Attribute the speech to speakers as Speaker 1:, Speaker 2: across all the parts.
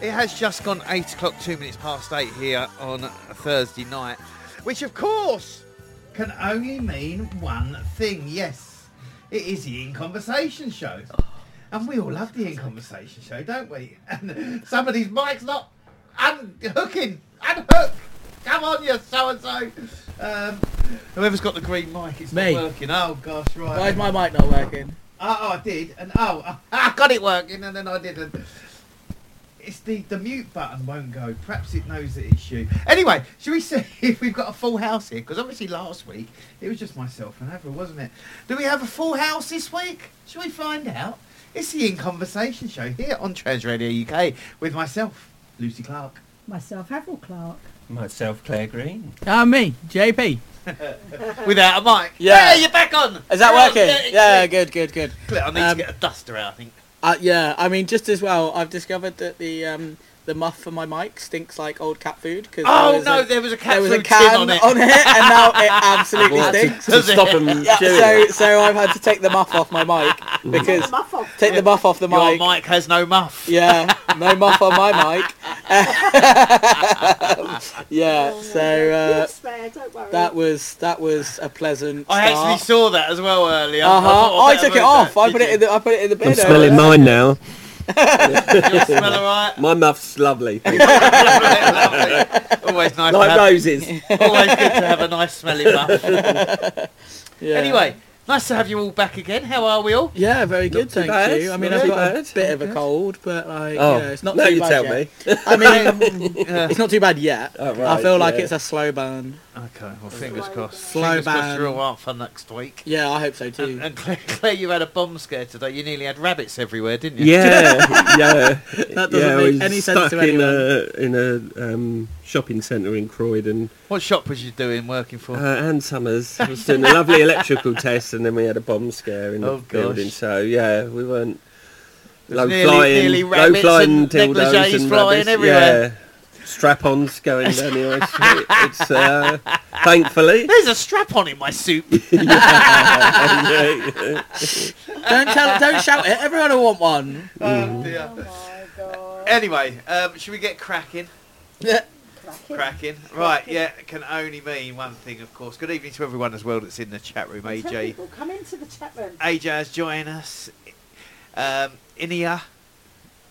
Speaker 1: It has just gone eight o'clock, two minutes past eight here on a Thursday night, which of course can only mean one thing. Yes, it is the In Conversation Show. And we all love the In Conversation Show, don't we? And somebody's mic's not unhooking. Unhook! Come on, you so and so. Um, Whoever's got the green mic, it's
Speaker 2: Me.
Speaker 1: not working. Oh, gosh, right.
Speaker 2: Why is my mic not working?
Speaker 1: Oh, oh, I did, and oh, I- I got it working, and then I didn't. It's the the mute button won't go. Perhaps it knows that it's you. Anyway, should we see if we've got a full house here? Because obviously last week it was just myself and Avril, wasn't it? Do we have a full house this week? Shall we find out? It's the In Conversation show here on Trans Radio UK with myself, Lucy Clark.
Speaker 3: Myself, Avril Clark.
Speaker 4: Myself, Claire Green.
Speaker 2: Ah, me, JP.
Speaker 1: Without a mic.
Speaker 2: Yeah.
Speaker 1: Hey, you're back on.
Speaker 2: Is that
Speaker 1: Oh,
Speaker 2: working?
Speaker 1: yeah, it's
Speaker 2: Yeah,
Speaker 1: me.
Speaker 2: good, good, good.
Speaker 1: Click, I need
Speaker 2: Um,
Speaker 1: to get a duster out, I think.
Speaker 2: Uh, yeah, I mean, just as well, I've discovered that the um, the muff for my mic stinks like old cat food. Cause there
Speaker 1: Oh,
Speaker 2: was
Speaker 1: no,
Speaker 2: a,
Speaker 1: there was a cat
Speaker 2: there was a
Speaker 1: food tin
Speaker 2: can
Speaker 1: on it.
Speaker 2: and now it absolutely
Speaker 4: Well, to,
Speaker 2: stinks.
Speaker 4: to stop them doing
Speaker 2: Yeah, so
Speaker 4: it.
Speaker 2: so I've had to take the muff off my mic because
Speaker 3: muff off.
Speaker 2: take the muff off the
Speaker 1: Your
Speaker 2: mic.
Speaker 1: mic. has no muff.
Speaker 2: Yeah, no muff on my mic. yeah, so uh,
Speaker 3: spare, don't worry.
Speaker 2: that was that was a pleasant.
Speaker 1: I
Speaker 2: start.
Speaker 1: actually saw that as well earlier.
Speaker 2: Uh huh. I,
Speaker 1: thought I'd
Speaker 2: took
Speaker 1: better
Speaker 2: it
Speaker 1: move
Speaker 2: off.
Speaker 1: that.
Speaker 2: I
Speaker 1: Did
Speaker 2: put it
Speaker 1: you?
Speaker 2: in the. I put it in the bin.
Speaker 4: I'm
Speaker 2: over
Speaker 4: smelling
Speaker 2: there.
Speaker 4: mine now.
Speaker 1: Does it smell alright.
Speaker 4: My muff's lovely.
Speaker 1: Lovely. Always nice. to
Speaker 4: like
Speaker 1: have,
Speaker 4: roses.
Speaker 1: always good to have a nice smelling muff.
Speaker 2: Yeah.
Speaker 1: Anyway, nice to have you all back again. How are we all?
Speaker 2: Yeah, very good,
Speaker 4: too
Speaker 2: thank
Speaker 4: bad,
Speaker 2: you. I
Speaker 4: not
Speaker 2: mean,
Speaker 4: too
Speaker 2: I've got
Speaker 4: bad.
Speaker 2: a bit of a cold, but like,
Speaker 4: Oh,
Speaker 2: yeah, it's not
Speaker 4: now
Speaker 2: too
Speaker 4: you
Speaker 2: bad
Speaker 4: tell
Speaker 2: yet.
Speaker 4: me.
Speaker 2: I mean,
Speaker 1: Yeah.
Speaker 2: it's not too bad yet.
Speaker 4: Oh,
Speaker 2: I
Speaker 4: right,
Speaker 2: feel like
Speaker 4: yeah.
Speaker 2: it's a slow burn.
Speaker 1: Okay. Well, fingers
Speaker 3: Slow
Speaker 1: crossed.
Speaker 2: burn.
Speaker 1: Fingers
Speaker 2: Slow
Speaker 1: crossed you're
Speaker 2: burn.
Speaker 1: all right for next week.
Speaker 2: Yeah, I hope so too.
Speaker 1: And, and Claire, Claire, you had a bomb scare today. You nearly had rabbits everywhere, didn't you?
Speaker 4: Yeah, yeah.
Speaker 2: That doesn't
Speaker 4: yeah, I
Speaker 2: make
Speaker 4: was
Speaker 2: any sense
Speaker 4: stuck
Speaker 2: to
Speaker 4: in
Speaker 2: anyone.
Speaker 4: a, in a um, shopping centre in Croydon.
Speaker 1: What shop was you doing working for?
Speaker 4: Uh, Anne Summers was doing a lovely electrical test and then we had a bomb scare in the
Speaker 1: Oh, gosh.
Speaker 4: building. So, yeah, we weren't
Speaker 1: There's
Speaker 4: low
Speaker 1: nearly-
Speaker 4: flying,
Speaker 1: nearly
Speaker 4: low
Speaker 1: rabbits
Speaker 4: flying
Speaker 1: and
Speaker 4: dildos
Speaker 1: negligees
Speaker 4: and
Speaker 1: flying
Speaker 4: rubbish.
Speaker 1: everywhere.
Speaker 4: Yeah. Strap-ons going down the anyway. It's uh, thankfully.
Speaker 1: There's a strap on in my soup.
Speaker 4: Yeah.
Speaker 2: don't tell, don't shout it. Everyone will want one.
Speaker 1: oh, dear.
Speaker 3: my god.
Speaker 1: Anyway, um, should we get cracking? cracking. Right, yeah, it can only mean one thing, of course. Good evening to everyone as well that's in the chat room. AJ,
Speaker 3: People come into the chat room.
Speaker 1: AJ has joined us. Um, Inia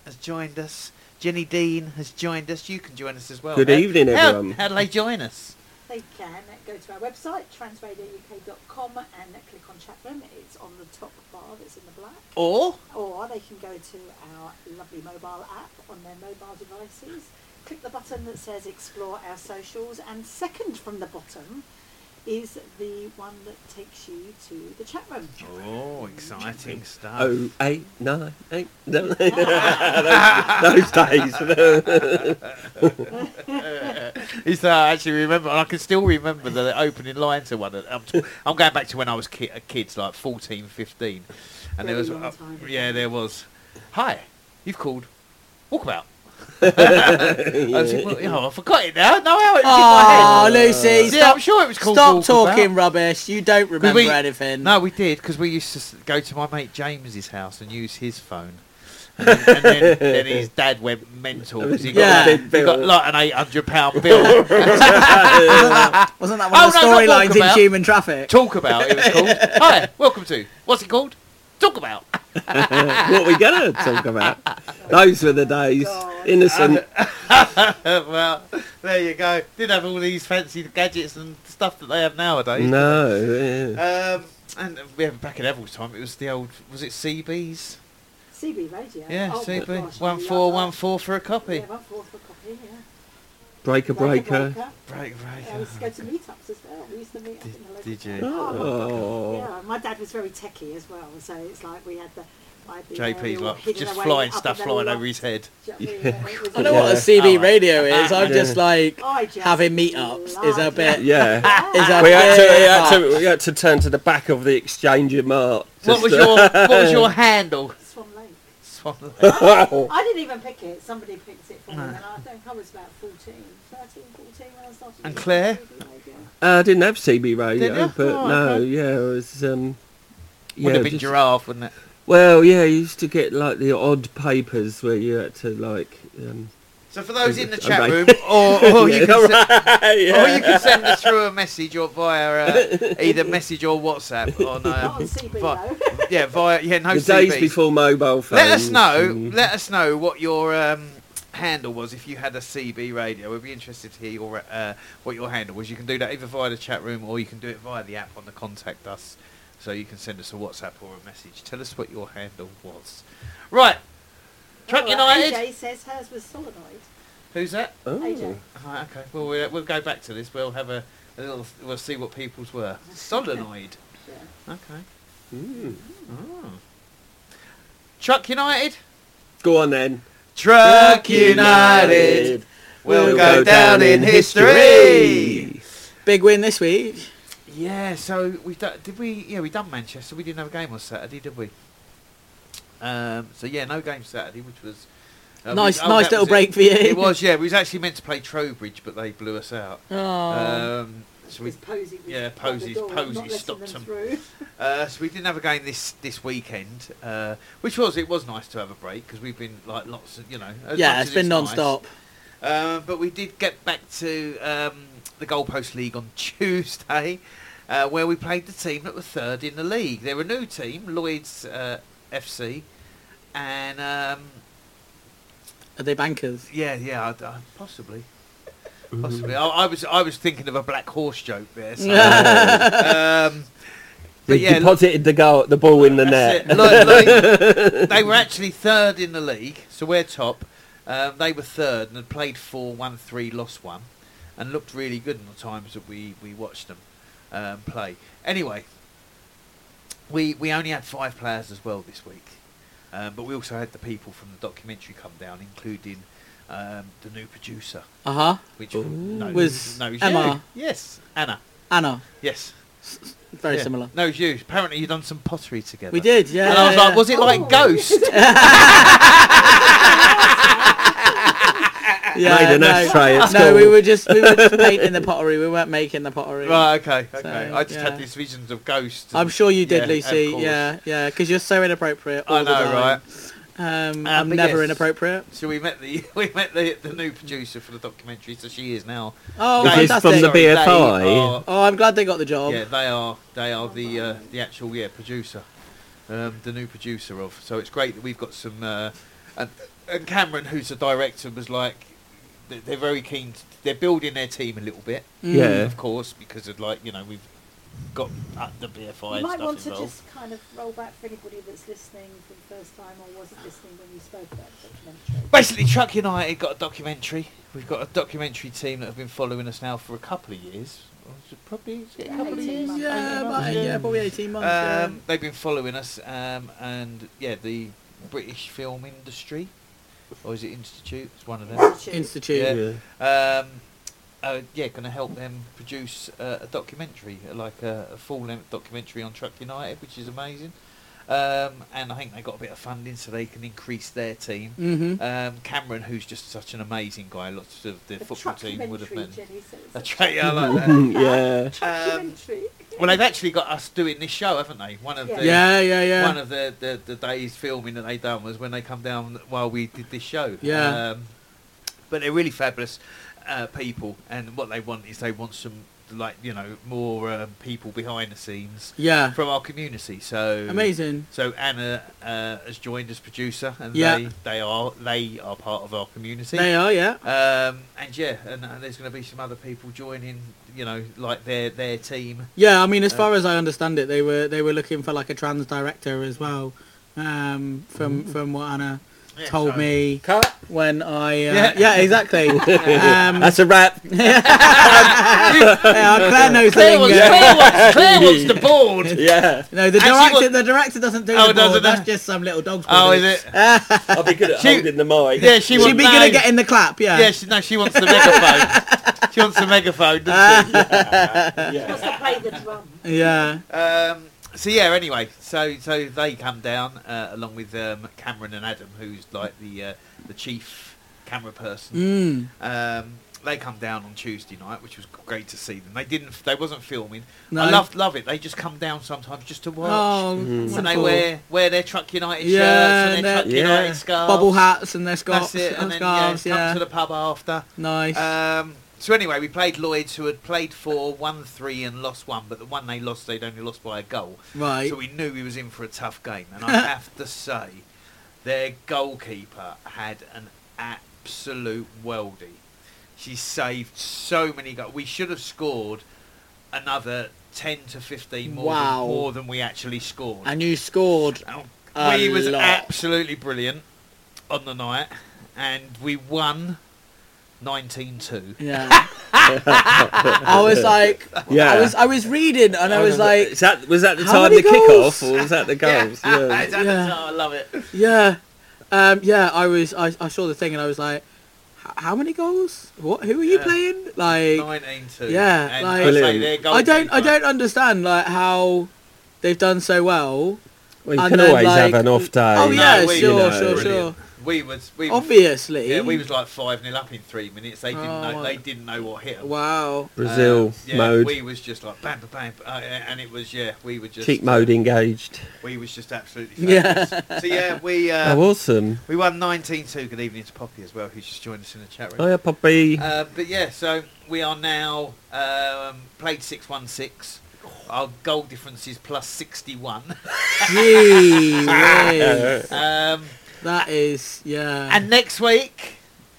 Speaker 1: has joined us. Jenny Dean has joined us. You can join us as well.
Speaker 4: Good
Speaker 1: How-
Speaker 4: evening,
Speaker 1: how-
Speaker 4: everyone.
Speaker 1: How, do they join us?
Speaker 3: They can go to our website, transradiouk.com, and click on chat room. It's on the top bar that's in the black.
Speaker 1: Or
Speaker 3: Or they can go to our lovely mobile app on their mobile devices, click the button that says explore our socials, and second from the bottom is the one that takes you to the chat room.
Speaker 1: oh, exciting stuff.
Speaker 4: Oh, eight, nine, eight. Those, those days.
Speaker 1: It's, uh, I actually remember, and I can still remember the opening line to one. I'm, t- I'm going back to when I was ki- a kid, like 14, 15. And there
Speaker 3: Very
Speaker 1: was,
Speaker 3: long
Speaker 1: uh,
Speaker 3: time.
Speaker 1: yeah, there was, hi, you've called Walkabout. I, was,
Speaker 4: Yeah.
Speaker 1: well, you know, I forgot it now. No, how it
Speaker 2: Oh,
Speaker 1: was in my head.
Speaker 2: Lucy,
Speaker 1: yeah, I'm
Speaker 2: stop,
Speaker 1: sure it was called
Speaker 2: stop
Speaker 1: Walkabout.
Speaker 2: talking rubbish. You don't remember
Speaker 1: we-
Speaker 2: anything.
Speaker 1: No, we did, because we used to s- go to my mate James's house and use his phone. and then, and then, then his dad went mental because he,
Speaker 2: Yeah.
Speaker 1: got, like, he got like an eight hundred pound bill.
Speaker 2: wasn't that one
Speaker 1: Oh,
Speaker 2: of the
Speaker 1: no, not
Speaker 2: storylines in
Speaker 1: Walkabout.
Speaker 2: Human Traffic?
Speaker 1: Talk about it was called. Hi, welcome to. What's it called? Talk about.
Speaker 4: what we gonna talk about? Those were the days.
Speaker 3: God.
Speaker 4: Innocent.
Speaker 1: well, there you go. Didn't have all these fancy gadgets and stuff that they have nowadays.
Speaker 4: No. yeah.
Speaker 1: Um, and we have back in Evil's time. It was the old. Was it CBs?
Speaker 3: CB Radio.
Speaker 1: Yeah,
Speaker 3: Oh my
Speaker 1: CB.
Speaker 3: gosh,
Speaker 1: one
Speaker 3: we
Speaker 1: four
Speaker 3: love
Speaker 1: one
Speaker 3: that.
Speaker 1: four for a copy.
Speaker 3: Yeah, one four for copy, yeah.
Speaker 4: Breaker,
Speaker 3: Breaker,
Speaker 4: breaker.
Speaker 3: breaker.
Speaker 1: Break,
Speaker 3: Yeah, we used to go
Speaker 1: break.
Speaker 3: to meetups as well. We used to meet up in the local
Speaker 1: did you?
Speaker 3: pub. Oh, my
Speaker 4: Oh.
Speaker 3: God. Yeah, my dad was very techie as well, so it's like we had the. I had the
Speaker 1: JP's
Speaker 3: aerial
Speaker 1: like
Speaker 3: hidden
Speaker 1: just
Speaker 3: away
Speaker 1: flying
Speaker 3: up in
Speaker 1: stuff
Speaker 3: the
Speaker 1: flying over
Speaker 3: loft.
Speaker 1: his head.
Speaker 3: Do you know what I mean? It was-
Speaker 2: I know what a
Speaker 4: Yeah.
Speaker 2: CB
Speaker 1: Oh,
Speaker 2: radio is. I'm just like
Speaker 3: I just
Speaker 2: having meetups is a
Speaker 3: love
Speaker 2: bit.
Speaker 4: Yeah.
Speaker 2: Is a
Speaker 4: We had, to, we,
Speaker 2: bit
Speaker 4: had
Speaker 2: much.
Speaker 4: to, we had to turn to the back of the exchange of mark.
Speaker 1: What was your
Speaker 4: uh,
Speaker 1: What was your handle?
Speaker 3: Swan Lake.
Speaker 1: Swan-
Speaker 3: I didn't even pick it. Somebody picked it for me, and I think I was about 14, 13, 14 when I started.
Speaker 1: And
Speaker 3: doing
Speaker 1: Claire?
Speaker 3: CB radio.
Speaker 4: Uh, I didn't have CB radio,
Speaker 1: Didn't you?
Speaker 4: but
Speaker 1: Oh,
Speaker 4: no,
Speaker 1: okay.
Speaker 4: yeah, it was. Um,
Speaker 1: Would have
Speaker 4: yeah,
Speaker 1: been
Speaker 4: just-
Speaker 1: giraffe, wouldn't it?
Speaker 4: Well, yeah, you used to get like the odd papers where you had to like Um,
Speaker 1: So for those in the
Speaker 4: Okay.
Speaker 1: chat room, or, or you
Speaker 4: Yeah,
Speaker 1: can se- or
Speaker 2: yeah.
Speaker 1: you can send us through a message or via uh, either message or WhatsApp on, uh,
Speaker 3: Not on CB
Speaker 1: vi-
Speaker 3: though.
Speaker 1: yeah via yeah no
Speaker 4: the days
Speaker 1: CBs.
Speaker 4: before mobile phones.
Speaker 1: Let us know.
Speaker 4: and-
Speaker 1: Let us know what your um, handle was if you had a CB radio. We'd be interested to hear your, uh, what your handle was. You can do that either via the chat room or you can do it via the app on the contact us. So you can send us a WhatsApp or a message. Tell us what your handle was. Right. Truck
Speaker 3: Oh,
Speaker 1: United.
Speaker 3: AJ says hers was solenoid.
Speaker 1: Who's that?
Speaker 4: Oh.
Speaker 3: AJ.
Speaker 1: Ah, okay. Well, we'll we'll go back to this. We'll have a, a little. We'll see what people's were. Solenoid.
Speaker 3: Yeah.
Speaker 1: Okay.
Speaker 4: Mm.
Speaker 1: Oh. Truck United.
Speaker 4: Go on then.
Speaker 1: Truck United. We'll go down in history.
Speaker 2: Big win this week.
Speaker 1: Yeah, so we done, did we yeah we done Manchester. We didn't have a game on Saturday, did we? Um, so yeah, no game Saturday, which was uh,
Speaker 2: Nice-
Speaker 1: oh,
Speaker 2: nice
Speaker 1: that
Speaker 2: little
Speaker 1: was it.
Speaker 2: break for you.
Speaker 1: It was yeah. We was actually meant to play Trowbridge, but they blew us out.
Speaker 2: Oh.
Speaker 1: Um, so we
Speaker 3: Because Posey was
Speaker 1: yeah,
Speaker 3: at the
Speaker 1: Posey's-
Speaker 3: door, not
Speaker 1: Posey
Speaker 3: letting
Speaker 1: stopped them.
Speaker 3: them through.
Speaker 1: Uh, so we didn't have a game this this weekend, uh, which was it was nice to have a break because we've been like lots of you know. as
Speaker 2: yeah,
Speaker 1: much
Speaker 2: it's
Speaker 1: as
Speaker 2: been
Speaker 1: nice-
Speaker 2: non-stop.
Speaker 1: Um, but we did get back to um, the goalpost league on Tuesday, uh, where we played the team that were third in the league. They're a new team, Lloyd's uh, FC, and um,
Speaker 2: Are they bankers?
Speaker 1: yeah, yeah, I, I, possibly. Possibly, I, I was I was thinking of a black horse joke there. So, um, but
Speaker 4: They
Speaker 1: yeah,
Speaker 4: deposited the goal, the ball in the
Speaker 1: That's it.
Speaker 4: net.
Speaker 1: Lloyd- Lloyd- they were actually third in the league, so we're top. Um, they were third and had played four, won three, lost one, and looked really good in the times that we, we watched them um, play. Anyway, we we only had five players as well this week, um, but we also had the people from the documentary come down, including um, the new producer,
Speaker 2: Uh huh.
Speaker 1: which
Speaker 4: Ooh.
Speaker 1: knows,
Speaker 2: Was
Speaker 1: knows
Speaker 2: Emma.
Speaker 1: you. Yes, Anna.
Speaker 2: Anna,
Speaker 1: Yes,
Speaker 2: very
Speaker 1: Yeah.
Speaker 2: similar.
Speaker 1: Knows you. Apparently, you done some pottery together.
Speaker 2: We did, yeah.
Speaker 1: and I was
Speaker 2: yeah,
Speaker 1: like, was it like
Speaker 3: Oh.
Speaker 1: Ghost?
Speaker 2: yeah,
Speaker 4: Made an
Speaker 2: no.
Speaker 4: ashtray at
Speaker 2: No,
Speaker 4: school.
Speaker 2: we were just we were just painting the pottery. We weren't making the pottery.
Speaker 1: right, okay, okay.
Speaker 2: So,
Speaker 1: I just
Speaker 2: yeah.
Speaker 1: had these visions of Ghost.
Speaker 2: I'm sure you did,
Speaker 1: Yeah, of
Speaker 2: Lucy.
Speaker 1: course.
Speaker 2: Yeah, yeah, because you're so inappropriate. All
Speaker 1: I
Speaker 2: the
Speaker 1: know,
Speaker 2: time.
Speaker 1: right?
Speaker 2: Um,
Speaker 1: Uh,
Speaker 2: I'm
Speaker 1: but
Speaker 2: never
Speaker 1: yes.
Speaker 2: inappropriate.
Speaker 1: So we met the we met the, the new producer for the documentary. So she is now.
Speaker 2: Oh,
Speaker 4: Is
Speaker 2: fantastic.
Speaker 4: this from the
Speaker 1: Sorry, they
Speaker 4: BFI?
Speaker 1: are-
Speaker 2: Oh, I'm glad they got the job.
Speaker 3: Um,
Speaker 1: yeah, they are. They are the uh, the actual yeah producer, um, the new producer of. So it's great that we've got some. Uh, and, and Cameron, who's the director, was like, they- they're very keen. To, they're building their team a little bit,
Speaker 3: Mm.
Speaker 4: Yeah.
Speaker 1: of course, because of like you know we've got uh, the BFI.
Speaker 3: You
Speaker 1: and
Speaker 3: might
Speaker 1: stuff
Speaker 3: want to
Speaker 1: involved.
Speaker 3: just kind of roll back for anybody that's listening for the first time or
Speaker 1: Ah.
Speaker 3: wasn't listening when you spoke about the documentary.
Speaker 1: Basically, Truck United got a documentary. We've got a documentary team that have been following us now for a couple of years. Well, is it Probably is it a couple of
Speaker 3: Yeah,
Speaker 1: years.
Speaker 3: months.
Speaker 2: Yeah,
Speaker 1: Eighteen
Speaker 2: about,
Speaker 1: months,
Speaker 2: yeah, probably 18 months. yeah.
Speaker 1: Um, they've been following us, um, and yeah, the British Film Industry, or is it Institute? It's one of them.
Speaker 3: Institute.
Speaker 2: Institute.
Speaker 1: Yeah.
Speaker 4: Yeah.
Speaker 1: Um, uh, yeah, going to help them produce uh, a documentary, like a, a full-length documentary on Truck United, which is amazing. Um, and I think they got a bit of funding, so they can increase their team.
Speaker 2: Mm-hmm.
Speaker 1: Um, Cameron, who's just such an amazing guy, lots of the,
Speaker 3: The
Speaker 1: football team would have been.
Speaker 3: truckumentary, Jenny says.
Speaker 1: A tra- yeah, I like that.
Speaker 4: Mm, yeah.
Speaker 3: Truckumentary.
Speaker 2: Um,
Speaker 1: Well, they've actually got us doing this show, haven't they? One of the
Speaker 2: yeah, yeah, yeah.
Speaker 1: one of the, the, the days filming that they done was when they come down while we did this show.
Speaker 2: Yeah.
Speaker 1: Um, but they're really fabulous uh, people, and what they want is they want some like you know more um, people behind the scenes
Speaker 2: yeah.
Speaker 1: from our community. So
Speaker 2: Amazing.
Speaker 1: So Anna uh, has joined as producer, and
Speaker 2: Yeah.
Speaker 1: they they are they are part of our community.
Speaker 2: They are, yeah.
Speaker 1: Um, and yeah, and, and there's going to be some other people joining, you know, like their their team.
Speaker 2: Yeah, I mean, as
Speaker 1: Uh,
Speaker 2: far as I understand it, they were they were looking for like a trans director as well. Um, from from what Anna
Speaker 1: Mm-hmm. Yeah,
Speaker 2: told
Speaker 1: so-
Speaker 2: me
Speaker 4: Cut.
Speaker 2: when I uh,
Speaker 1: Yeah.
Speaker 2: yeah. exactly. um,
Speaker 4: That's a wrap.
Speaker 2: yeah, Claire knows
Speaker 1: Claire
Speaker 2: the
Speaker 1: wants,
Speaker 2: lingo.
Speaker 1: Claire wants, Claire wants the board.
Speaker 4: yeah.
Speaker 2: No, the
Speaker 1: Actually,
Speaker 2: director
Speaker 1: what-
Speaker 2: the director doesn't do
Speaker 1: Oh,
Speaker 2: the
Speaker 1: doesn't
Speaker 2: ball. That's
Speaker 1: it?
Speaker 2: just some little dog's
Speaker 1: Oh,
Speaker 2: body.
Speaker 1: is it?
Speaker 4: I'll be good at
Speaker 1: She-
Speaker 4: holding the mic.
Speaker 1: Yeah, she wants.
Speaker 2: She'd be
Speaker 1: no,
Speaker 2: gonna get in the clap, yeah.
Speaker 1: Yeah, she, no, she wants the megaphone. she wants the megaphone, doesn't she?
Speaker 3: She wants to play the drum.
Speaker 2: Uh, yeah.
Speaker 1: Um, so yeah. Anyway, so so they come down uh, along with um, Cameron and Adam, who's like the uh, the chief camera person.
Speaker 2: Mm.
Speaker 1: Um, they come down on Tuesday night, which was great to see them. They didn't. They wasn't filming. I
Speaker 2: No.
Speaker 1: loved love it. They just come down sometimes just to watch.
Speaker 2: Oh,
Speaker 1: and they
Speaker 2: wonderful.
Speaker 1: wear wear their Truck United
Speaker 2: Yeah,
Speaker 1: shirts and
Speaker 2: and
Speaker 1: their
Speaker 2: their-
Speaker 1: Truck
Speaker 4: yeah.
Speaker 1: United scarves.
Speaker 2: bubble hats and their scarves.
Speaker 1: That's it. And
Speaker 2: and
Speaker 1: then yeah,
Speaker 2: scarves, yeah.
Speaker 1: come to the pub after.
Speaker 2: Nice.
Speaker 1: Um, so anyway, we played Lloyd's, who had played for one three and lost one, but the one they lost, they'd only lost by a goal.
Speaker 2: right.
Speaker 1: So we knew he was in for a tough game. And I have to say, their goalkeeper had an absolute weldy. She saved so many goals. We should have scored another 10 to 15 more,
Speaker 2: Wow.
Speaker 1: than, more than we actually scored.
Speaker 2: and you scored.
Speaker 1: Oh,
Speaker 2: A
Speaker 1: we was
Speaker 2: lot.
Speaker 1: absolutely brilliant on the night. And we won 19-2.
Speaker 2: Yeah. I was like,
Speaker 4: Yeah.
Speaker 2: I was, I was reading, and I was like,
Speaker 4: is that was that the
Speaker 2: how
Speaker 4: time
Speaker 2: many
Speaker 4: the
Speaker 2: goals?
Speaker 4: kickoff or was that the goals?
Speaker 1: It's at the
Speaker 2: Yeah.
Speaker 1: time, I love it.
Speaker 2: yeah, um, yeah. I was, I, I saw the thing, and I was like, "H- how many goals? What? Who are you
Speaker 1: Yeah.
Speaker 2: playing? Like,
Speaker 1: 19-2.
Speaker 2: Yeah,
Speaker 1: and
Speaker 2: like-
Speaker 1: I, say
Speaker 4: Brilliant.
Speaker 1: their
Speaker 2: I don't, I
Speaker 1: goalkeeper-
Speaker 2: don't understand like how they've done so well.
Speaker 4: Well, you
Speaker 2: And
Speaker 4: can
Speaker 2: then,
Speaker 4: always
Speaker 2: like-
Speaker 4: have an off day.
Speaker 2: Oh, yeah,
Speaker 1: we-
Speaker 2: sure,
Speaker 1: we-
Speaker 2: sure, sure.
Speaker 1: brilliant. We was we was-
Speaker 2: Obviously.
Speaker 1: yeah, we was like five 0 up in three minutes. They didn't
Speaker 2: Oh,
Speaker 1: know
Speaker 2: my-
Speaker 1: they didn't know what hit 'em.
Speaker 2: Wow.
Speaker 4: Brazil
Speaker 1: Uh, yeah,
Speaker 4: mode,
Speaker 1: We was just like bam, bam, bam, uh, and it was yeah. We were just
Speaker 4: cheat mode engaged.
Speaker 1: We was just absolutely
Speaker 2: Yeah.
Speaker 1: fabulous. Yeah. so yeah, we uh,
Speaker 4: oh, awesome!
Speaker 1: we won 19-2. Good evening to Poppy as well, who's just joined us in the chat room.
Speaker 4: Hiya, Poppy.
Speaker 1: Uh, but yeah, so we are now um, played six one six. Our goal difference is plus sixty one.
Speaker 2: Gee whiz.
Speaker 1: Um,
Speaker 2: That is, yeah.
Speaker 1: and next week,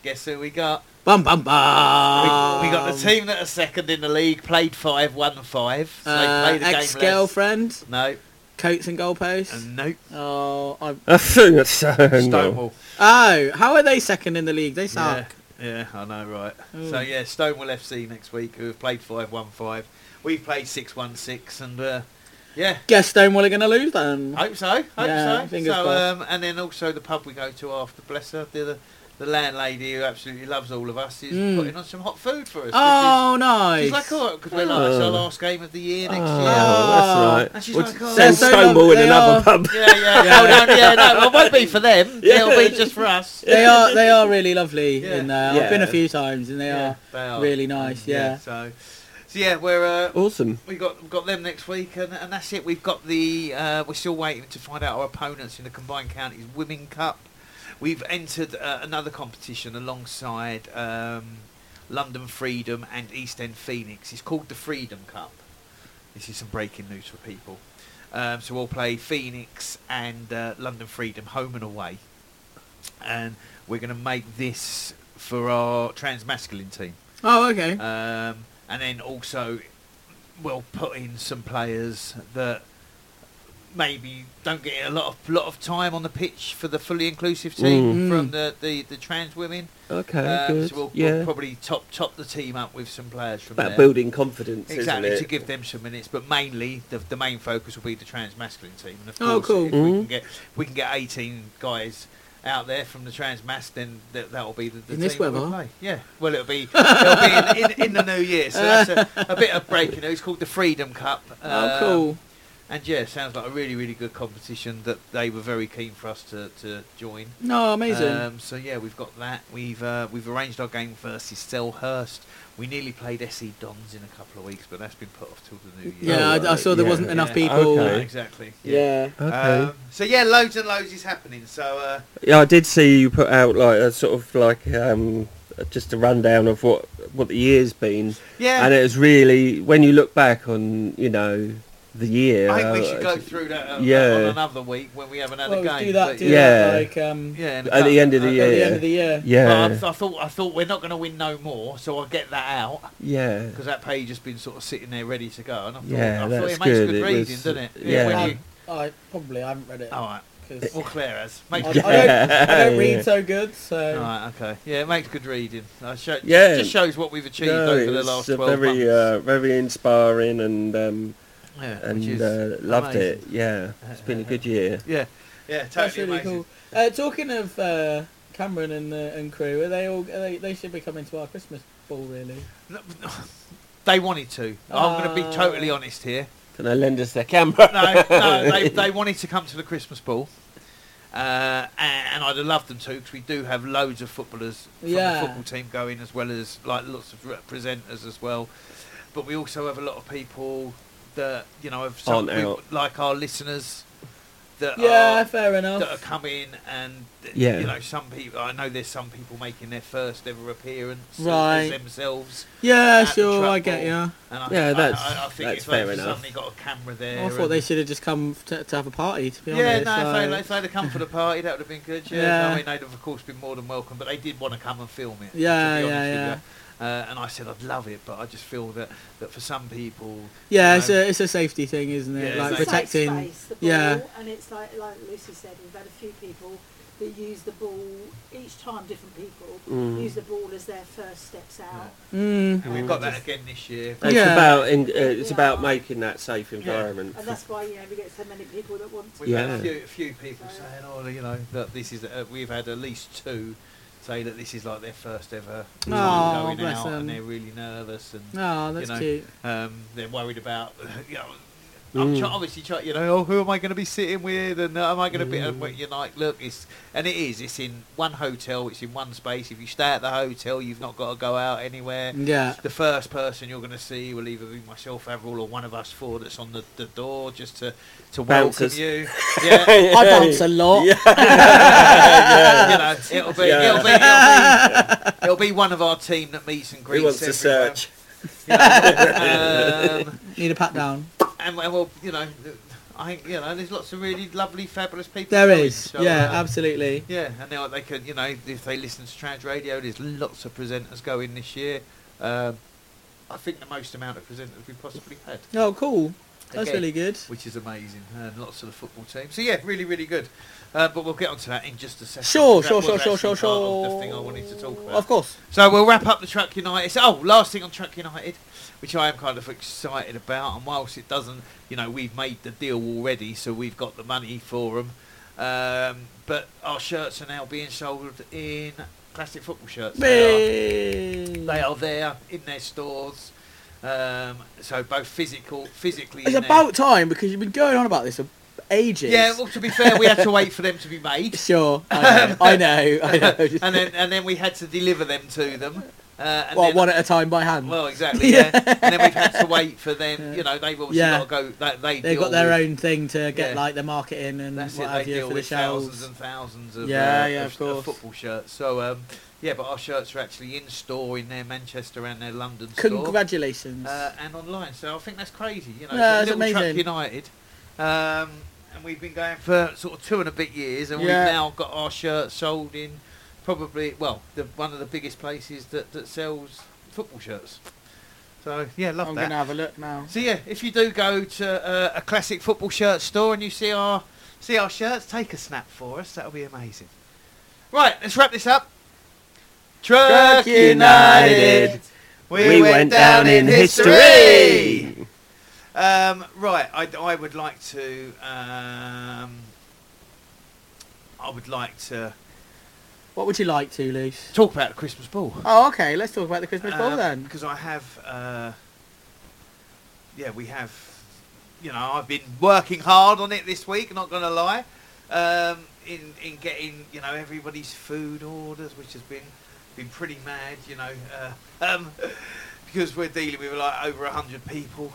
Speaker 1: guess who we got?
Speaker 2: bum bum bum.
Speaker 1: We, we
Speaker 2: Um,
Speaker 1: got the team that are second in the league, played five, won five. So they
Speaker 2: Uh,
Speaker 1: played a game less.
Speaker 2: ex-girlfriend,
Speaker 1: No,
Speaker 2: coats and goalposts.
Speaker 1: and nope.
Speaker 2: Oh, I'm...
Speaker 4: I think that's so normal.
Speaker 1: Stonewall.
Speaker 2: oh, how are they second in the league? They suck.
Speaker 1: Yeah, I know, right. So
Speaker 2: Oh.
Speaker 1: yeah, Stonewall FC next week, who have played five, one five. We've played six, one six, and uh, yeah,
Speaker 2: Guess Stonewall are going to lose then.
Speaker 1: hope so, hope
Speaker 2: Yeah,
Speaker 1: so.
Speaker 2: fingers
Speaker 1: so,
Speaker 2: crossed.
Speaker 1: um, and then also the pub we go to after, bless her, the the landlady who absolutely loves all of us is
Speaker 2: Mm.
Speaker 1: putting on some hot food for us.
Speaker 2: oh,
Speaker 1: which
Speaker 2: nice. Uh.
Speaker 1: is, she's like, oh, because we're like, it's our last game of the year next
Speaker 4: Oh,
Speaker 1: year.
Speaker 2: Oh.
Speaker 4: that's right.
Speaker 1: And she's
Speaker 4: We'll
Speaker 1: like, oh,
Speaker 4: send
Speaker 2: they're so
Speaker 4: Stonewall in
Speaker 2: lovely,
Speaker 4: another
Speaker 2: oh.
Speaker 4: pub.
Speaker 1: Yeah, yeah, yeah, no, yeah, no, it won't be for them.
Speaker 4: Yeah.
Speaker 1: It'll be just for us.
Speaker 2: They are they are really lovely
Speaker 1: Yeah.
Speaker 2: in there. I've
Speaker 4: Yeah.
Speaker 2: been a few times and they
Speaker 1: Yeah,
Speaker 2: are.
Speaker 1: they are.
Speaker 2: really nice, yeah.
Speaker 1: So, so yeah, we're uh,
Speaker 4: Awesome.
Speaker 1: we got we've got them next week, and, and that's it. We've got the uh, we're still waiting to find out our opponents in the combined counties Women Cup. We've entered uh, another competition alongside um, London Freedom and East End Phoenix. It's called the Freedom Cup. This is some breaking news for people. Um, so we'll play Phoenix and uh, London Freedom home and away, and we're going to make this for our trans masculine team.
Speaker 2: Oh, okay.
Speaker 1: Um, and then also, we'll put in some players that maybe don't get a lot of lot of time on the pitch for the fully inclusive team
Speaker 2: Mm.
Speaker 1: from the, the, the trans women.
Speaker 4: Okay,
Speaker 1: Um,
Speaker 4: good.
Speaker 1: so we'll,
Speaker 4: yeah,
Speaker 1: we'll probably top top the team up with some players from
Speaker 4: about
Speaker 1: there.
Speaker 4: building confidence,
Speaker 1: Exactly
Speaker 4: isn't
Speaker 1: to
Speaker 4: it?
Speaker 1: give them some minutes, but mainly the, the main focus will be the trans masculine team. And of course,
Speaker 2: Oh, cool.
Speaker 1: if we
Speaker 4: Mhm.
Speaker 1: can get if we can get eighteen guys out there from the trans mass, then that that'll be the, the
Speaker 2: In this
Speaker 1: team that we'll
Speaker 2: weather?
Speaker 1: play. Yeah, well, it'll be it'll be in, in, in the new year. So that's a, a bit of breaking news. It's called the Freedom Cup.
Speaker 2: oh,
Speaker 1: Um,
Speaker 2: cool.
Speaker 1: And yeah, sounds like a really really good competition that they were very keen for us to to join.
Speaker 2: No, amazing.
Speaker 1: Um, so yeah, we've got that. We've uh, we've arranged our game versus Selhurst. We nearly played SE Dons in a couple of weeks, but that's been put off till the new year.
Speaker 2: yeah, I, I
Speaker 4: alright,
Speaker 2: saw there
Speaker 4: yeah,
Speaker 2: wasn't enough
Speaker 1: yeah.
Speaker 2: people.
Speaker 1: Yeah,
Speaker 4: Okay.
Speaker 1: exactly.
Speaker 2: Yeah.
Speaker 4: Okay.
Speaker 1: Um, so yeah, loads and loads is happening. So uh,
Speaker 4: Yeah, I did see you put out like a sort of like um, just a rundown of what what the year's been,
Speaker 1: yeah,
Speaker 4: and it was really when you look back on you know the year.
Speaker 1: I think we
Speaker 4: uh,
Speaker 1: should go through that uh,
Speaker 4: yeah.
Speaker 1: on another week when we haven't had
Speaker 2: Well,
Speaker 1: a game.
Speaker 2: do that,
Speaker 1: but
Speaker 2: do
Speaker 4: yeah.
Speaker 2: that,
Speaker 4: Yeah.
Speaker 2: like, um,
Speaker 1: yeah, in a
Speaker 4: At the
Speaker 1: cup.
Speaker 4: end of
Speaker 1: Uh,
Speaker 4: the
Speaker 2: at the
Speaker 4: Yeah.
Speaker 2: end of the year.
Speaker 1: But I,
Speaker 4: Yeah,
Speaker 1: I thought I thought we're not going to win no more, so I'll get that out
Speaker 4: yeah.
Speaker 1: because that page has been sort of sitting there ready to go. And I thought,
Speaker 4: Yeah,
Speaker 1: I thought
Speaker 4: that's
Speaker 1: it makes
Speaker 4: good.
Speaker 1: good,
Speaker 4: It
Speaker 1: reading,
Speaker 4: was-
Speaker 1: doesn't it?
Speaker 4: yeah.
Speaker 1: when
Speaker 2: Um,
Speaker 1: you-
Speaker 2: I probably I haven't read it.
Speaker 1: all right.
Speaker 2: Because
Speaker 1: Well, Claire has.
Speaker 2: I,
Speaker 1: Makes
Speaker 2: I
Speaker 1: good
Speaker 2: don't, I don't read so good, so
Speaker 1: Right, okay. Yeah, it makes good reading. I show, just-
Speaker 4: Yeah.
Speaker 1: just shows what we've achieved
Speaker 4: No,
Speaker 1: over the
Speaker 4: it's
Speaker 1: last
Speaker 4: a
Speaker 1: 12
Speaker 4: very
Speaker 1: months.
Speaker 4: uh, very inspiring and um,
Speaker 1: yeah, which
Speaker 4: and
Speaker 1: is
Speaker 4: uh, loved
Speaker 1: amazing.
Speaker 4: it. Yeah, it's been a good year.
Speaker 1: Yeah, yeah, totally
Speaker 2: that's really
Speaker 1: amazing.
Speaker 2: cool. Uh, talking of uh, Cameron and uh, and crew, are they all? Are they, they should be coming to our Christmas ball, really.
Speaker 1: No, no, They wanted to. I'm going to
Speaker 4: Ah.
Speaker 1: be
Speaker 2: Oh.
Speaker 1: totally honest here.
Speaker 4: Can they lend us their camera?
Speaker 1: No, no, they, they wanted to come to the Christmas ball. Uh, and, and I'd have loved them to because we do have loads of footballers from
Speaker 2: Yeah.
Speaker 1: the football team going, as well as like lots of re- presenters as well. But we also have a lot of people that you know have some,
Speaker 4: Aren't
Speaker 1: we-
Speaker 4: out.
Speaker 1: like our listeners that
Speaker 2: Yeah,
Speaker 1: are
Speaker 2: fair
Speaker 1: that are
Speaker 2: enough.
Speaker 1: coming and th-
Speaker 4: Yeah.
Speaker 1: you know some people I know there's some people making their first ever appearance
Speaker 2: Right.
Speaker 1: as themselves
Speaker 2: Yeah,
Speaker 1: at the
Speaker 2: sure,
Speaker 1: trap
Speaker 2: I get
Speaker 1: ball.
Speaker 2: you.
Speaker 1: and I,
Speaker 4: Yeah,
Speaker 1: I-
Speaker 4: that's-
Speaker 1: I, I think
Speaker 4: that's
Speaker 1: it's like
Speaker 4: fair
Speaker 1: they
Speaker 4: enough.
Speaker 1: suddenly got a camera there
Speaker 2: Oh, I thought
Speaker 1: and-
Speaker 2: they should have just come to, to have a party. To be
Speaker 1: yeah
Speaker 2: honest,
Speaker 1: no if, they,
Speaker 2: like-
Speaker 1: if they'd have come for the party that would have been good yeah,
Speaker 2: Yeah.
Speaker 1: I mean they'd have of course been more than welcome but they did want to come and film it to
Speaker 2: Yeah,
Speaker 1: be honest
Speaker 2: yeah,
Speaker 1: with
Speaker 2: yeah.
Speaker 1: you. Uh, and I said I'd love it but I just feel that that for some people
Speaker 2: Yeah,
Speaker 1: you
Speaker 2: it's
Speaker 1: know,
Speaker 2: a it's a safety thing, isn't it?
Speaker 1: Yeah,
Speaker 2: like
Speaker 1: it's a
Speaker 3: It's like
Speaker 2: protecting.
Speaker 3: space, the ball,
Speaker 2: yeah.
Speaker 3: And it's like like Lucy said, we've had a few people that use the ball each time. Different people
Speaker 4: Mm.
Speaker 3: use the ball as their first steps out.
Speaker 2: Mm.
Speaker 1: and we've got that again this year
Speaker 4: It's
Speaker 2: Yeah.
Speaker 4: about in, uh, it's
Speaker 3: Yeah.
Speaker 4: about making that safe environment.
Speaker 3: And that's why you know we get so many people that want to.
Speaker 1: We've had
Speaker 4: Yeah.
Speaker 1: a few, a few people saying, "Oh, you know, that this is." Uh, we've had at least two say that this is like their first ever time
Speaker 2: Aw,
Speaker 1: going
Speaker 2: bless
Speaker 1: out,
Speaker 2: them.
Speaker 1: and they're really nervous and
Speaker 2: Oh, that's
Speaker 1: You know,
Speaker 2: cute.
Speaker 1: um, they're worried about. You know, I'm
Speaker 4: Mm.
Speaker 1: try- obviously trying, you know, oh, who am I going to be sitting with, and uh, am I going to be? And
Speaker 4: Mm.
Speaker 1: what you're like, look, it's and it is. It's in one hotel. It's in one space. If you stay at the hotel, you've not got to go out anywhere.
Speaker 4: Mm.
Speaker 2: Yeah.
Speaker 1: The first person you're going to see will either be myself, Avril, or one of us four that's on the, the door just to to
Speaker 4: Bouncers.
Speaker 1: welcome you. Yeah.
Speaker 2: I bounce a lot.
Speaker 1: you know, it'll be,
Speaker 4: Yeah.
Speaker 1: it'll, be, it'll, be it'll be one of our team that meets and
Speaker 4: Who
Speaker 1: greets.
Speaker 4: wants to
Speaker 1: everyone,
Speaker 4: search?
Speaker 1: you know. um,
Speaker 2: Need a pat down.
Speaker 1: and, and well, you know, I think you know, there's lots of really lovely, fabulous people.
Speaker 2: There
Speaker 1: going,
Speaker 2: is.
Speaker 1: so,
Speaker 2: yeah,
Speaker 1: uh,
Speaker 2: absolutely.
Speaker 1: yeah, and now they can, you know, if they listen to trans radio, there's lots of presenters going this year. Um, I think the most amount of presenters we possibly had,
Speaker 2: Oh, cool. That's
Speaker 1: Again.
Speaker 2: really good.
Speaker 1: which is amazing, and lots of the football team. So yeah, really, really good. Uh, but we'll get onto that in just a second.
Speaker 2: Sure,
Speaker 1: 'cause
Speaker 2: sure,
Speaker 1: that
Speaker 2: sure,
Speaker 1: was
Speaker 2: sure, sure,
Speaker 1: actually part of
Speaker 2: sure.
Speaker 1: The thing I wanted to talk about.
Speaker 2: Of course.
Speaker 1: So we'll wrap up the Truck United. So- Oh, last thing on Truck United, which I am kind of excited about. And whilst it doesn't, you know, we've made the deal already, so we've got the money for them. Um, but our shirts are now being sold in classic football shirts. They are, they
Speaker 2: It's
Speaker 1: are there in their stores. Um, so both physical, physically. in their-
Speaker 2: about time because you've been going on about this for ages.
Speaker 1: Yeah. Well, to be fair, we had to wait for them to be made.
Speaker 2: sure. I know. I know. I know. Just-
Speaker 1: and then and then we had to deliver them to them. Uh, and
Speaker 2: well,
Speaker 1: then-
Speaker 2: one at a time by hand.
Speaker 1: Well, exactly. Yeah. and then we've had to wait for them. You know, they've obviously
Speaker 2: Yeah.
Speaker 1: got to go. They, they
Speaker 2: They've
Speaker 1: deal
Speaker 2: got their
Speaker 1: with,
Speaker 2: own thing to get
Speaker 1: Yeah.
Speaker 2: like the marketing and
Speaker 1: That's it.
Speaker 2: what
Speaker 1: They
Speaker 2: have you
Speaker 1: deal
Speaker 2: for the
Speaker 1: with thousands
Speaker 2: shelves.
Speaker 1: and thousands of
Speaker 2: Yeah,
Speaker 1: uh,
Speaker 2: yeah,
Speaker 1: of,
Speaker 2: of course.
Speaker 1: of football shirts. So um, yeah, but our shirts are actually in store in their Manchester and their London store
Speaker 2: Congratulations.
Speaker 1: uh, and online. So I think that's crazy. You know,
Speaker 2: Yeah, it's
Speaker 1: Little Truck
Speaker 2: amazing.
Speaker 1: United. Um, and we've been going for sort of two and a bit years, and
Speaker 2: Yeah.
Speaker 1: we've now got our shirts sold in probably well, the, one of the biggest places that, that sells football shirts. So yeah, love
Speaker 2: I'm
Speaker 1: that.
Speaker 2: gonna have a look now.
Speaker 1: So yeah, if you do go to uh, a classic football shirt store and you see our see our shirts, take a snap for us. That'll be amazing. Right, let's wrap this up. Truck United, we, went, down, in history. Um, right, I, I would like to. Um, I would like to
Speaker 2: What would you like to, Luce?
Speaker 1: talk about the Christmas ball.
Speaker 2: Oh, okay. Let's talk about the Christmas ball
Speaker 1: Um,
Speaker 2: then.
Speaker 1: Because I have, uh, yeah, we have, you know, I've been working hard on it this week, not going to lie, um, in, in getting, you know, everybody's food orders, which has been, been pretty mad, you know, uh, um, because we're dealing with like over 100 people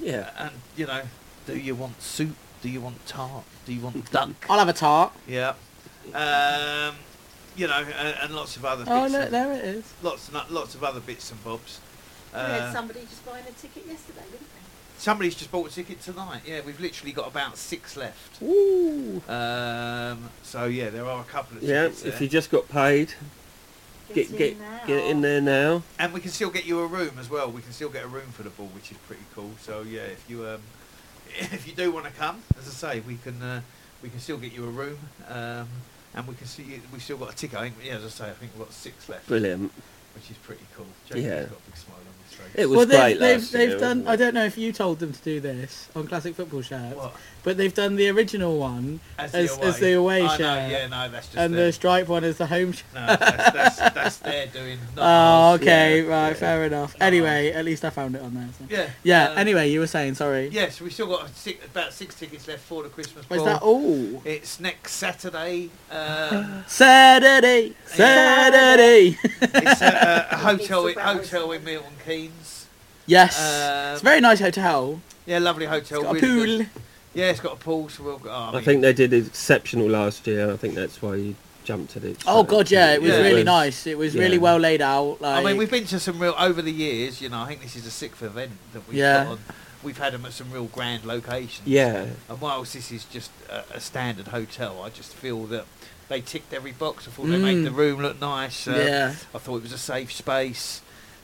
Speaker 4: Yeah.
Speaker 1: and, you know, do you want soup? Do you want tart? Do you want duck?
Speaker 2: I'll have a tart.
Speaker 1: Yeah. Um, you know, and, and lots of other
Speaker 2: Oh
Speaker 1: bits
Speaker 2: look,
Speaker 1: and-
Speaker 2: there it is.
Speaker 1: lots and lots of other bits and bobs.
Speaker 3: We had
Speaker 1: Uh,
Speaker 3: somebody just buying a ticket yesterday, didn't they?
Speaker 1: somebody's just bought a ticket tonight. Yeah, we've literally got about six left.
Speaker 2: Ooh.
Speaker 1: Um, so yeah, there are a couple of
Speaker 4: Yeah.
Speaker 1: tickets
Speaker 4: If
Speaker 1: there.
Speaker 4: you just got paid, get
Speaker 3: in
Speaker 4: get
Speaker 3: now.
Speaker 4: get in there now.
Speaker 1: and we can still get you a room as well. We can still get a room for the ball, which is pretty cool. So yeah, if you um, if you do want to come, as I say, we can uh, we can still get you a room. Um, and we can see you, we've still got a ticket. I think, yeah, as I say, I think we've got six left,
Speaker 4: Brilliant.
Speaker 1: which is pretty cool. Jamie's
Speaker 4: Yeah.
Speaker 1: got a big smile on his face.
Speaker 4: It was
Speaker 2: well, they've,
Speaker 4: great
Speaker 2: they've,
Speaker 4: last
Speaker 2: they've
Speaker 4: year,
Speaker 2: done.
Speaker 4: wasn't
Speaker 2: I
Speaker 4: it?
Speaker 2: don't know if you told them to do this on classic football shirts,
Speaker 1: What?
Speaker 2: but they've done the original one
Speaker 1: As,
Speaker 2: as- as the away
Speaker 1: I know,
Speaker 2: shirt.
Speaker 1: Yeah, no, that's just
Speaker 2: and
Speaker 1: them.
Speaker 2: the stripe one as the home shirt.
Speaker 1: No, that's, that's, that's their they're doing. Not
Speaker 2: Oh,
Speaker 1: ours.
Speaker 2: okay,
Speaker 4: yeah,
Speaker 2: right,
Speaker 4: yeah.
Speaker 2: fair enough.
Speaker 1: Not
Speaker 2: Anyway, at least I found it on there. So.
Speaker 1: Yeah.
Speaker 2: Yeah.
Speaker 1: uh,
Speaker 2: anyway, you were saying sorry.
Speaker 1: Yeah, so we've still got six, about six tickets left for the Christmas
Speaker 2: Is
Speaker 1: ball.
Speaker 2: that all?
Speaker 1: It's next Saturday. Um,
Speaker 2: Saturday, Saturday.
Speaker 1: it's uh, a, a hotel,
Speaker 3: It's
Speaker 1: hotel in
Speaker 3: about-
Speaker 1: Milton Keynes.
Speaker 2: yes,
Speaker 1: Uh,
Speaker 2: it's a very nice hotel.
Speaker 1: Yeah, lovely hotel.
Speaker 2: It's got a
Speaker 1: really
Speaker 2: pool.
Speaker 1: good. Yeah, it's got a pool, so we'll go. Oh,
Speaker 4: I think they did exceptional last year. I think that's why you jumped at it.
Speaker 2: Oh god, yeah, it was
Speaker 1: Yeah.
Speaker 2: really nice. It was really
Speaker 4: yeah.
Speaker 2: well laid out.
Speaker 1: I
Speaker 2: Like,
Speaker 1: mean, we've been to some real over the years. You know, I think this is the sixth event that we've
Speaker 2: Yeah.
Speaker 1: put on. We've had them at some real grand locations.
Speaker 4: Yeah,
Speaker 1: And whilst this is just a, a standard hotel, I just feel that they ticked every box. I thought they made
Speaker 2: Mm.
Speaker 1: the room look nice. Uh,
Speaker 2: yeah,
Speaker 1: I thought it was a safe space.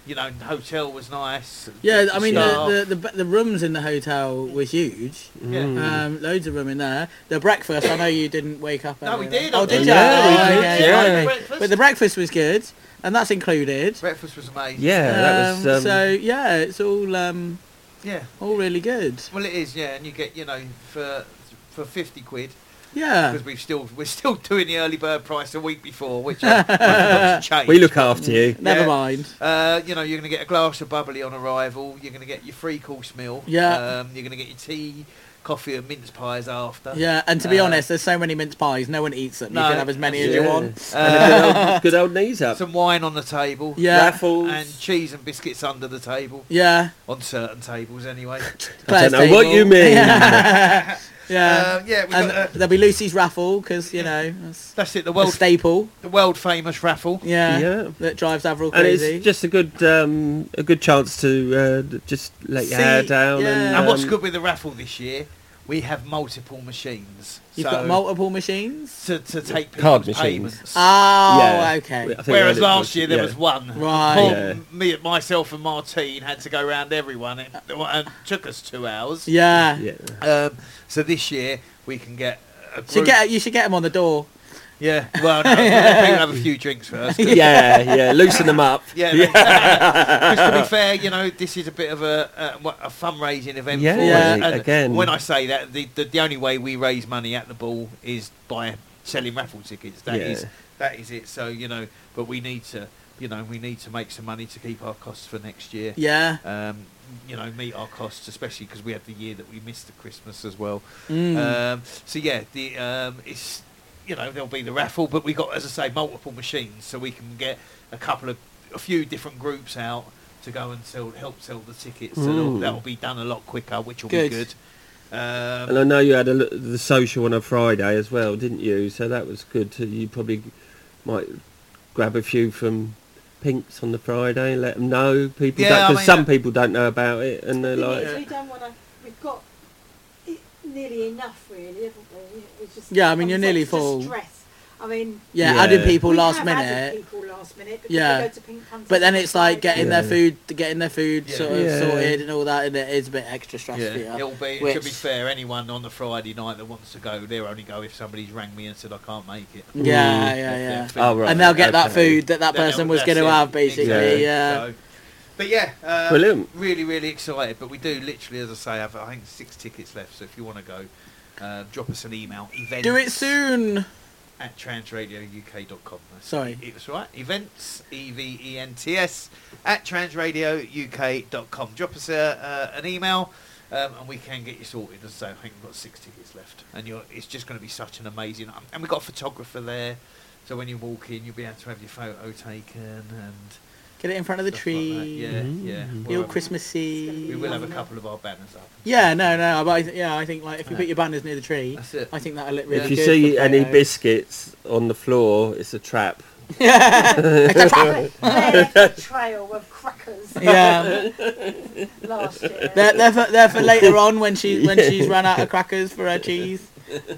Speaker 1: You know, the hotel was nice.
Speaker 2: yeah. I mean,
Speaker 1: staff.
Speaker 2: the, the the the rooms in the hotel were huge.
Speaker 1: Yeah. Uh,
Speaker 4: Mm.
Speaker 2: Um, loads of room in there. The breakfast. I know you didn't wake up.
Speaker 1: No, we
Speaker 2: early, right?
Speaker 1: did,
Speaker 2: Oh,
Speaker 1: I
Speaker 2: did
Speaker 1: did.
Speaker 2: you?
Speaker 4: Yeah, we
Speaker 2: Oh,
Speaker 4: did,
Speaker 2: okay,
Speaker 4: yeah.
Speaker 2: right, okay.
Speaker 1: Breakfast.
Speaker 2: But the breakfast was good, and that's included.
Speaker 1: breakfast was amazing.
Speaker 4: yeah, that was.
Speaker 2: Um,
Speaker 4: Um,
Speaker 2: so yeah, it's all um,
Speaker 1: Yeah.
Speaker 2: all really good.
Speaker 1: Well, it is. Yeah, and you get you know for for fifty quid
Speaker 2: Yeah.
Speaker 1: because we've still we're still doing the early bird price a week before, which I, I forgot to change.
Speaker 4: we look after you.
Speaker 2: Never
Speaker 1: Yeah.
Speaker 2: mind.
Speaker 1: Uh, you know, you're going to get a glass of bubbly on arrival. You're going to get your free course meal.
Speaker 2: Yeah.
Speaker 1: Um, you're going to get your tea, coffee, and mince pies after.
Speaker 2: Yeah, and to be
Speaker 1: Uh,
Speaker 2: honest, there's so many mince pies, no one eats them.
Speaker 1: No.
Speaker 2: you can have as many as
Speaker 4: Yeah.
Speaker 2: you want.
Speaker 4: and
Speaker 1: Uh,
Speaker 4: a good, old, good old knees up.
Speaker 1: some wine on the table.
Speaker 2: Yeah.
Speaker 4: Raffles.
Speaker 1: And cheese and biscuits under the table.
Speaker 2: Yeah.
Speaker 1: On certain tables, anyway.
Speaker 4: I
Speaker 2: Claire's
Speaker 4: don't know what
Speaker 2: table.
Speaker 4: you mean.
Speaker 2: Yeah.
Speaker 1: Um, yeah, we
Speaker 2: and
Speaker 1: got, uh,
Speaker 2: there'll be Lucy's raffle because you know that's
Speaker 1: that's it. The
Speaker 2: a
Speaker 1: world,
Speaker 2: staple.
Speaker 1: the world famous raffle.
Speaker 2: Yeah.
Speaker 4: Yeah.
Speaker 2: That drives Avril
Speaker 4: And
Speaker 2: crazy.
Speaker 4: it's just a good, um, a good chance to uh, just let your hair
Speaker 2: See,
Speaker 4: down.
Speaker 2: yeah.
Speaker 4: And,
Speaker 1: And what's
Speaker 4: um,
Speaker 1: good with the raffle this year? We have multiple machines.
Speaker 2: You've
Speaker 1: so
Speaker 2: got multiple machines.
Speaker 1: to, to take
Speaker 4: Card
Speaker 1: people's
Speaker 4: machines.
Speaker 1: payments.
Speaker 2: Oh,
Speaker 4: Yeah. I
Speaker 2: okay.
Speaker 4: think
Speaker 1: Whereas
Speaker 4: that
Speaker 1: last year there
Speaker 4: yeah.
Speaker 1: was one.
Speaker 2: Right.
Speaker 1: Paul,
Speaker 4: Yeah.
Speaker 1: Me, myself, and Martine had to go round everyone. It, and took us two hours.
Speaker 2: Yeah.
Speaker 4: Yeah.
Speaker 1: Um, so this year we can get a group.
Speaker 2: Should get you should get them on the door.
Speaker 1: yeah. Well, no, people have a few drinks first.
Speaker 4: yeah, yeah, loosen them up.
Speaker 1: Yeah. Because to be fair, you know, this is a bit of a a, what- a fundraising event
Speaker 4: Yeah,
Speaker 1: for us.
Speaker 2: Yeah.
Speaker 1: And
Speaker 4: again.
Speaker 1: when I say that, the, the the only way we raise money at the ball is by selling raffle tickets. That
Speaker 4: Yeah.
Speaker 1: is that is it. So you know, but we need to you know we need to make some money to keep our costs for next year.
Speaker 2: Yeah.
Speaker 1: Um, you know, meet our costs, especially because we had the year that we missed the Christmas as well.
Speaker 2: Mm.
Speaker 1: Um, so yeah, the um, it's you know there'll be the raffle, but we got as I say multiple machines, so we can get a couple of a few different groups out to go and sell, help sell the tickets. So that'll,
Speaker 4: Mm.
Speaker 1: that'll be done a lot quicker, which will be
Speaker 2: Good.
Speaker 1: good. Um,
Speaker 4: And I know you had a, l- the social on a Friday as well, didn't you? So that was good. too. You probably might grab a few from Pinks on the Friday and let them know. People,
Speaker 1: Yeah, I
Speaker 4: because
Speaker 1: mean,
Speaker 4: some
Speaker 1: uh,
Speaker 4: people don't know about it, and they're
Speaker 3: Thing
Speaker 4: like,
Speaker 3: is, we don't want to. We've got i- nearly enough, really, haven't we? It's just,
Speaker 2: Yeah, I mean, you're nearly
Speaker 3: it's just
Speaker 2: full.
Speaker 3: Stress. I mean,
Speaker 2: yeah,
Speaker 4: Yeah.
Speaker 2: Adding people
Speaker 3: we
Speaker 2: last
Speaker 3: have
Speaker 2: minute.
Speaker 3: added People last minute. Because
Speaker 2: Yeah.
Speaker 3: They go to pink Panthers
Speaker 2: But then
Speaker 3: on
Speaker 2: it's like
Speaker 3: Friday.
Speaker 2: getting their
Speaker 4: Yeah.
Speaker 2: food, getting their food
Speaker 1: Yeah.
Speaker 2: sort of
Speaker 4: Yeah.
Speaker 2: sorted and all that, and it is a bit extra stress
Speaker 1: yeah,
Speaker 2: for you.
Speaker 1: it'll be. To
Speaker 2: which-
Speaker 1: be fair, anyone on the Friday night that wants to go, they'll only go if somebody's rang me and said I can't make it.
Speaker 2: Yeah,
Speaker 4: Mm.
Speaker 2: yeah, yeah.
Speaker 4: "Oh right."
Speaker 2: And they'll get that
Speaker 4: okay.
Speaker 2: food that that person was
Speaker 1: that's
Speaker 2: going to
Speaker 1: it,
Speaker 2: have, basically.
Speaker 1: exactly.
Speaker 2: Yeah.
Speaker 1: So- but yeah, uh,
Speaker 4: Brilliant.
Speaker 1: Really, really excited. But we do literally, as I say, have I think six tickets left. So if you want to go, uh, drop us an email. Events
Speaker 2: Do it soon.
Speaker 1: at transradiouk.com. That's-
Speaker 2: Sorry.
Speaker 1: it was right. Events e v e n t s at transradiouk.com. Drop us a, uh, an email. Um, and we can get you sorted. As I say, I think we've got six tickets left, and you're, it's just going to be such an amazing. um, And we've got a photographer there, so when you walk in, you'll be able to have your photo taken and
Speaker 2: Get it in front of the
Speaker 1: stuff like that.
Speaker 2: tree. Mm-hmm.
Speaker 1: Yeah, yeah.
Speaker 4: Mm.
Speaker 2: Feel
Speaker 1: We'll-
Speaker 2: Christmassy.
Speaker 1: we will have a couple of our banners up.
Speaker 2: Yeah, no, no. But I, th- yeah, I think like if you
Speaker 1: Yeah.
Speaker 2: put your banners near the tree,
Speaker 1: That's it.
Speaker 2: I think that'll look really
Speaker 4: If you
Speaker 2: good.
Speaker 4: see
Speaker 2: for
Speaker 4: any
Speaker 2: photo.
Speaker 4: biscuits on the floor, it's a trap.
Speaker 3: They left a trail of crackers
Speaker 2: yeah,
Speaker 3: last year.
Speaker 2: they're, they're, for, they're for later on when she when she's run out of crackers for her cheese.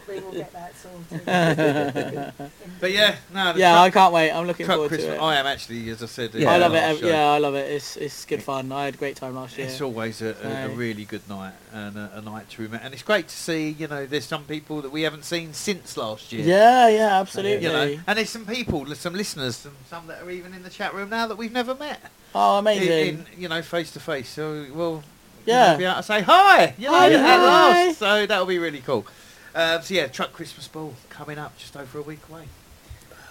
Speaker 3: we will get that sorted.
Speaker 1: But yeah, no. The
Speaker 2: Yeah, I
Speaker 1: truck,
Speaker 2: can't wait. I'm looking
Speaker 1: truck
Speaker 2: forward to
Speaker 1: Christmas.
Speaker 2: it.
Speaker 1: I am actually, as I said.
Speaker 4: Yeah.
Speaker 2: I love it.
Speaker 1: uh,
Speaker 2: ev-
Speaker 1: show.
Speaker 2: Yeah, I love it. It's it's good fun. I had a great time last year.
Speaker 1: It's always a, a, a
Speaker 2: So-
Speaker 1: really good night and a, a night to remember. And it's great to see, you know, there's some people that we haven't seen since last year.
Speaker 2: Yeah, yeah, absolutely.
Speaker 1: You know, and there's some people, there's some listeners, some, some that are even in the chat room now that we've never met.
Speaker 2: oh,
Speaker 1: In,
Speaker 2: amazing.
Speaker 1: in, you know, face to face. So we'll you know,
Speaker 2: yeah.
Speaker 1: be able to say hi. You know,
Speaker 2: Hi,
Speaker 1: at
Speaker 2: hi.
Speaker 1: last. So that'll be really cool. Um, so yeah, truck Christmas ball coming up just over a week away.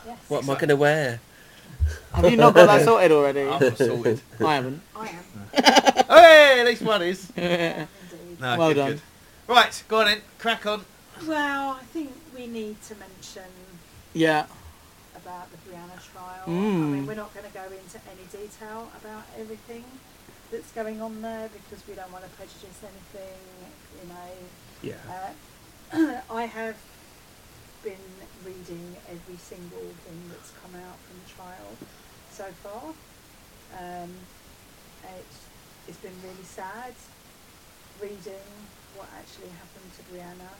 Speaker 3: Yes.
Speaker 4: What am I going to wear?
Speaker 2: Have you not got that sorted already?
Speaker 1: I'm not sorted.
Speaker 2: I haven't.
Speaker 3: I am,
Speaker 1: hey, at least one is.
Speaker 3: indeed.
Speaker 1: No,
Speaker 2: Well
Speaker 1: good,
Speaker 2: done.
Speaker 1: good. Right, go on then. Crack on.
Speaker 3: Well, I think we need to mention
Speaker 2: yeah.
Speaker 3: about the Brianna trial. I
Speaker 2: Mm.
Speaker 3: mean, we're not going to go into any detail about everything that's going on there because we don't want to prejudice anything, you know.
Speaker 4: Yeah.
Speaker 3: Uh, I have been reading every single thing that's come out from the trial so far. Um, it's, it's been really sad reading what actually happened to Brianna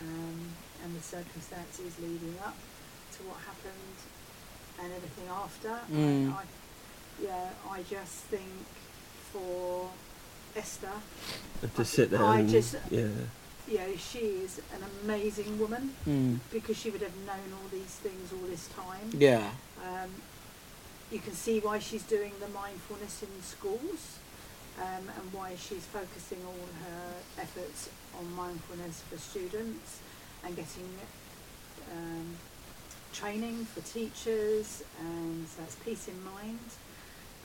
Speaker 3: um, and the circumstances leading up to what happened and everything after.
Speaker 2: Mm.
Speaker 3: I, I, yeah, I just think for Esther,
Speaker 4: And to sit there
Speaker 3: I
Speaker 4: and
Speaker 3: just-
Speaker 4: yeah,
Speaker 3: you know, she is an amazing woman
Speaker 2: Mm.
Speaker 3: because she would have known all these things all this time.
Speaker 2: Yeah.
Speaker 3: Um, you can see why she's doing the mindfulness in schools um, and why she's focusing all her efforts on mindfulness for students and getting um, training for teachers, and so that's peace in mind.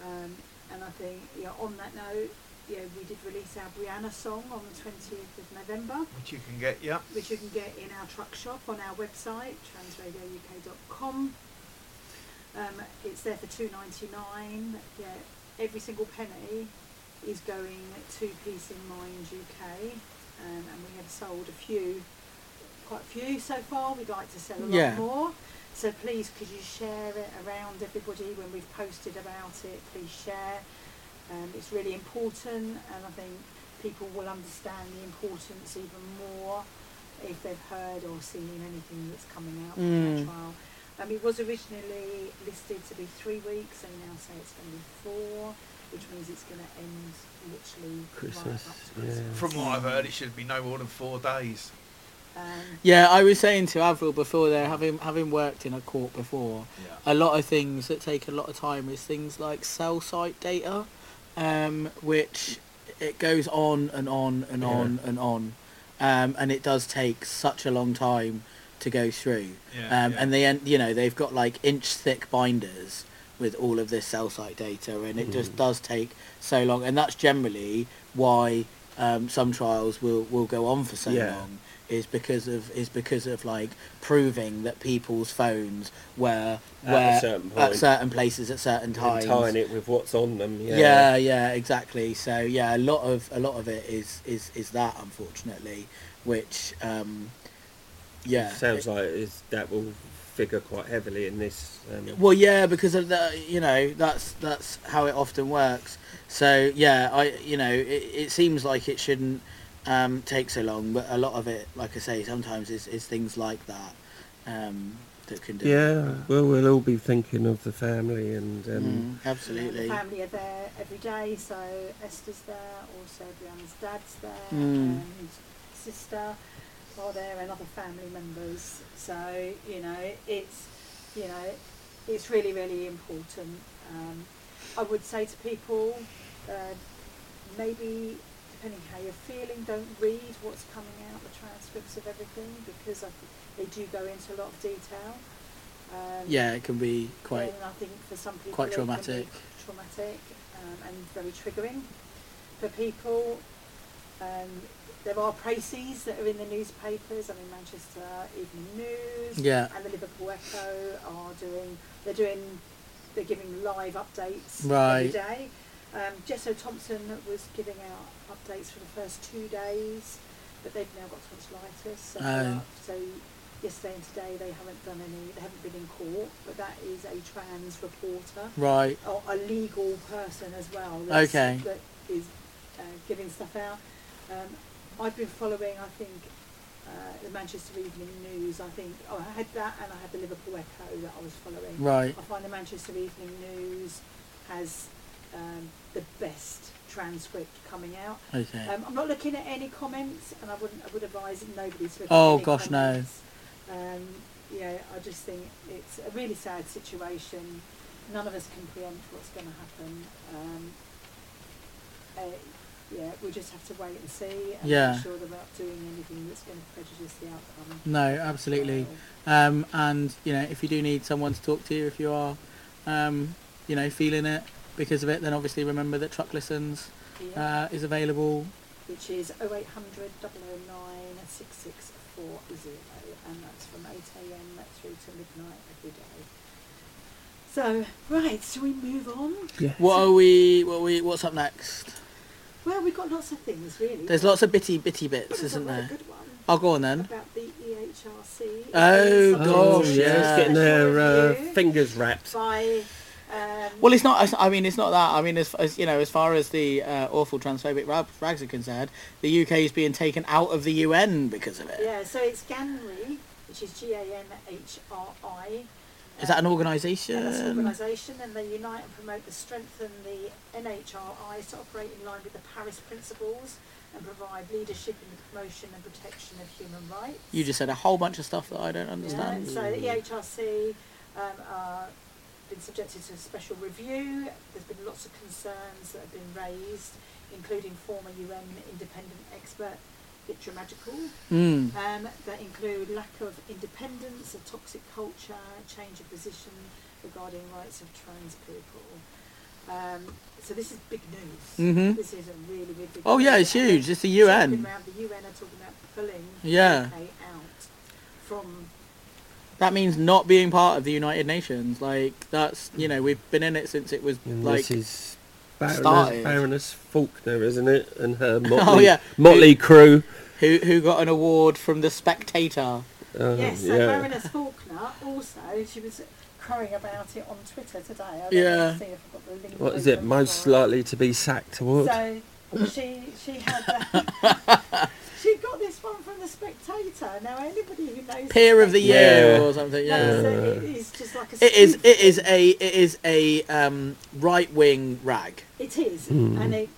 Speaker 3: Um, and I think, yeah, on that note, yeah, we did release our Brianna song on the 20th of November
Speaker 1: Which you can get, yeah.
Speaker 3: which you can get in our truck shop on our website, transradiouk.com. Um, it's there for two ninety nine. Yeah, every single penny is going to Peace in Mind UK, um, and we have sold a few, quite a few so far. We'd like to sell a
Speaker 2: Yeah.
Speaker 3: lot more. So please, could you share it around everybody when we've posted about it? Please share. Um, it's really important, and I think people will understand the importance even more if they've heard or seen anything that's coming out from that
Speaker 2: Mm.
Speaker 3: trial. Um, it was originally listed to be three weeks, they now say it's going to be four, which means it's going to end literally
Speaker 4: Christmas,
Speaker 3: Right up to
Speaker 4: yeah.
Speaker 3: Christmas.
Speaker 1: From what I've heard, it should be no more than four days.
Speaker 3: Um,
Speaker 2: Yeah, I was saying to Avril before there, having having worked in a court before,
Speaker 1: Yeah.
Speaker 2: a lot of things that take a lot of time is things like cell site data, um, which it goes on and on and
Speaker 4: Yeah.
Speaker 2: on and on, um, and it does take such a long time to go through.
Speaker 1: Yeah,
Speaker 2: um,
Speaker 1: yeah.
Speaker 2: And they, end- you know, they've got like inch thick binders with all of this cell site data, and it
Speaker 4: Mm.
Speaker 2: just does take so long. And that's generally why um, some trials will will go on for so
Speaker 4: Yeah.
Speaker 2: long is because of is because of like proving that people's phones were
Speaker 4: At a
Speaker 2: were
Speaker 4: certain
Speaker 2: at
Speaker 4: point.
Speaker 2: certain places at certain
Speaker 4: and
Speaker 2: times.
Speaker 4: tying it with what's on them.
Speaker 2: yeah.
Speaker 4: Yeah.
Speaker 2: yeah, exactly. So yeah, a lot of a lot of it is is is that unfortunately, which um, yeah
Speaker 4: Sounds like is that will figure quite heavily in this. Um,
Speaker 2: Well, yeah, because of the, you know, that's that's how it often works. So yeah, I, you know, it, it seems like it shouldn't um, take so long, but a lot of it, like I say, sometimes is, is things like that um, that can do. it.
Speaker 4: yeah. Well, we'll all be thinking of the family and. Um,
Speaker 2: Mm,
Speaker 3: The
Speaker 2: absolutely.
Speaker 3: family are there every day, so Esther's there, also Brianna's dad's there,
Speaker 2: Mm.
Speaker 3: and sister are there, and other family members. So you know, it's you know, it's really really important. Um, I would say to people, uh, maybe depending how you're feeling, don't read what's coming out the transcripts of everything because I, think they do go into a lot of detail. Um,
Speaker 2: Yeah, it can be quite.
Speaker 3: and I think for some people
Speaker 2: quite
Speaker 3: it can be
Speaker 2: traumatic.
Speaker 3: traumatic um, and very triggering for people. Um, there are praises that are in the newspapers. I mean, Manchester Evening News
Speaker 2: Yeah.
Speaker 3: and the Liverpool Echo are doing. They're doing. They're giving live updates every
Speaker 2: Right.
Speaker 3: day. Um, Jesso Thompson was giving out updates for the first two days, but they've now got tonsillitis. So, they're
Speaker 2: Oh.
Speaker 3: up. so yesterday and today they haven't done any they haven't been in court but that is a trans reporter
Speaker 2: Right.
Speaker 3: or a legal person as well that's,
Speaker 2: Okay.
Speaker 3: that is uh, giving stuff out um, I've been following I think uh, the Manchester Evening News I think oh, I had that and I had the Liverpool Echo that I was following
Speaker 2: Right.
Speaker 3: I find the Manchester Evening News has um, the best transcript coming out
Speaker 2: Okay.
Speaker 3: um, I'm not looking at any comments, and I wouldn't. I would advise nobody to. Look
Speaker 2: Oh,
Speaker 3: at any
Speaker 2: gosh, no.
Speaker 3: comments. Um, yeah, I just think it's a really sad situation. None of us can preempt what's going to happen. Um, uh, yeah, we just have to wait and see, and
Speaker 2: Yeah.
Speaker 3: make sure that we're not doing anything that's going to prejudice the outcome.
Speaker 2: No, absolutely.
Speaker 3: So,
Speaker 2: Um, and you know, if you do need someone to talk to, if you are um, you know, feeling it because of it, then obviously remember that Truck Listens
Speaker 3: Yeah.
Speaker 2: uh, is available.
Speaker 3: which is 0800 009 6640 and that's from 8am through to midnight every day. So, right, so we move on.
Speaker 2: What are we? What are we? What's up next?
Speaker 3: Well, we've got lots of things really.
Speaker 2: There's lots of bitty bitty
Speaker 3: But
Speaker 2: bits,
Speaker 3: there's a
Speaker 2: isn't
Speaker 3: lot of
Speaker 2: there?
Speaker 3: good one
Speaker 2: I'll go on then.
Speaker 3: about the E EHRC. It's
Speaker 2: Oh,
Speaker 3: been
Speaker 4: Oh,
Speaker 2: gosh,
Speaker 3: submitted
Speaker 4: yeah,
Speaker 2: yeah.
Speaker 4: it's getting their uh,
Speaker 3: Review.
Speaker 4: fingers wrapped.
Speaker 3: by um,
Speaker 2: Well, it's not. it's- I mean, it's not that. I mean, as, as you know, as far as the uh, awful transphobic rag, rags are concerned, the UK is being taken out of the UN because of it. Is
Speaker 3: yeah, so it's GANRI, which is G A N H R I.
Speaker 2: that an
Speaker 3: Yeah, that's an
Speaker 2: organisation?
Speaker 3: organisation, and they unite and promote the strengthen the NHRI to operate in line with the Paris principles and provide leadership in the promotion and protection of human rights.
Speaker 2: You just said a whole bunch of stuff that I don't
Speaker 3: yeah,
Speaker 2: understand.
Speaker 3: so the E EHRC um, are been subjected to a special review. There's been lots of concerns that have been raised, including former UN independent expert Victor Magical,
Speaker 2: Mm.
Speaker 3: um, that include lack of independence, a toxic culture, change of position regarding rights of trans people. Um, so this is big news.
Speaker 2: Mhm.
Speaker 3: This is a really, really big
Speaker 2: Oh
Speaker 3: news.
Speaker 2: yeah, it's huge. It's the
Speaker 3: It's talking
Speaker 2: UN.
Speaker 3: around- the UN are talking about pulling
Speaker 2: Yeah.
Speaker 3: the UK out from
Speaker 2: That means not being part of the United Nations. Like that's you know we've been in it since it was
Speaker 4: And
Speaker 2: like
Speaker 4: this is Baroness,
Speaker 2: started.
Speaker 4: Baroness Faulkner, isn't it? And her motley,
Speaker 2: Oh, yeah.
Speaker 4: motley crew.
Speaker 2: who who got an award from the Spectator.
Speaker 4: Uh,
Speaker 3: yes, so
Speaker 4: yeah.
Speaker 3: Baroness Faulkner also, she was crying about it on Twitter today. I don't
Speaker 2: Yeah.
Speaker 3: see if I've got the link
Speaker 4: What is it?
Speaker 3: open
Speaker 4: Most
Speaker 3: for it.
Speaker 4: likely to be sacked award.
Speaker 3: So she she had the- she got this one from the Spectator. Now anybody who knows
Speaker 2: Peer of the year
Speaker 4: Yeah.
Speaker 2: or something. Yeah.
Speaker 3: knows
Speaker 4: Yeah.
Speaker 3: that it is just like a
Speaker 2: It is.
Speaker 3: spoof
Speaker 2: It is
Speaker 3: thing.
Speaker 2: a. It is a um, right wing rag.
Speaker 3: It is,
Speaker 2: Hmm.
Speaker 4: Mm.
Speaker 3: and it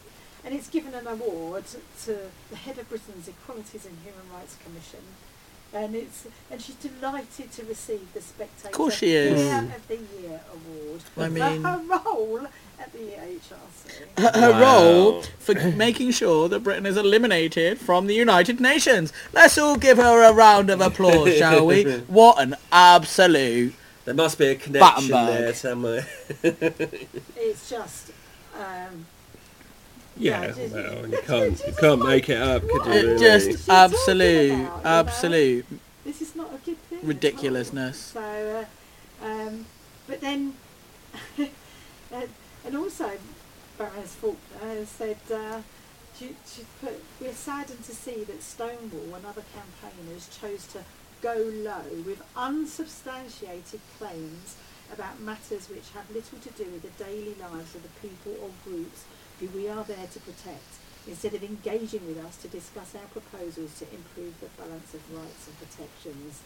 Speaker 3: and it's given an award to the head of Britain's Equalities and Human Rights Commission, and it's and she's delighted to receive the Spectator.
Speaker 2: Of course she is.
Speaker 3: Player
Speaker 4: Mm.
Speaker 3: of the Year award.
Speaker 2: I
Speaker 3: for
Speaker 2: mean-
Speaker 3: her role at the E EHRC.
Speaker 2: Her, her
Speaker 4: Wow.
Speaker 2: role for making sure that Britain is eliminated from the United Nations. Let's all give her a round of applause, shall we? What an absolute.
Speaker 4: There must be a connection
Speaker 2: Battenberg.
Speaker 4: there somewhere.
Speaker 3: It's just. Um,
Speaker 4: Yeah,
Speaker 3: just-
Speaker 4: well, you can't you can't make it up, could you?
Speaker 3: It
Speaker 4: Really?
Speaker 2: just
Speaker 3: talking
Speaker 2: absolute,
Speaker 3: about, you know?
Speaker 2: absolute.
Speaker 3: this is not a good thing. at all.
Speaker 2: Ridiculousness.
Speaker 3: So, uh, um, but then, uh, and also, Baroness Faulkner has said uh, she, she put, "We're saddened to see that Stonewall and other campaigners chose to go low with unsubstantiated claims about matters which have little to do with the daily lives of the people or groups who we are there to protect." instead of engaging with us to discuss our proposals to improve the balance of rights and protections.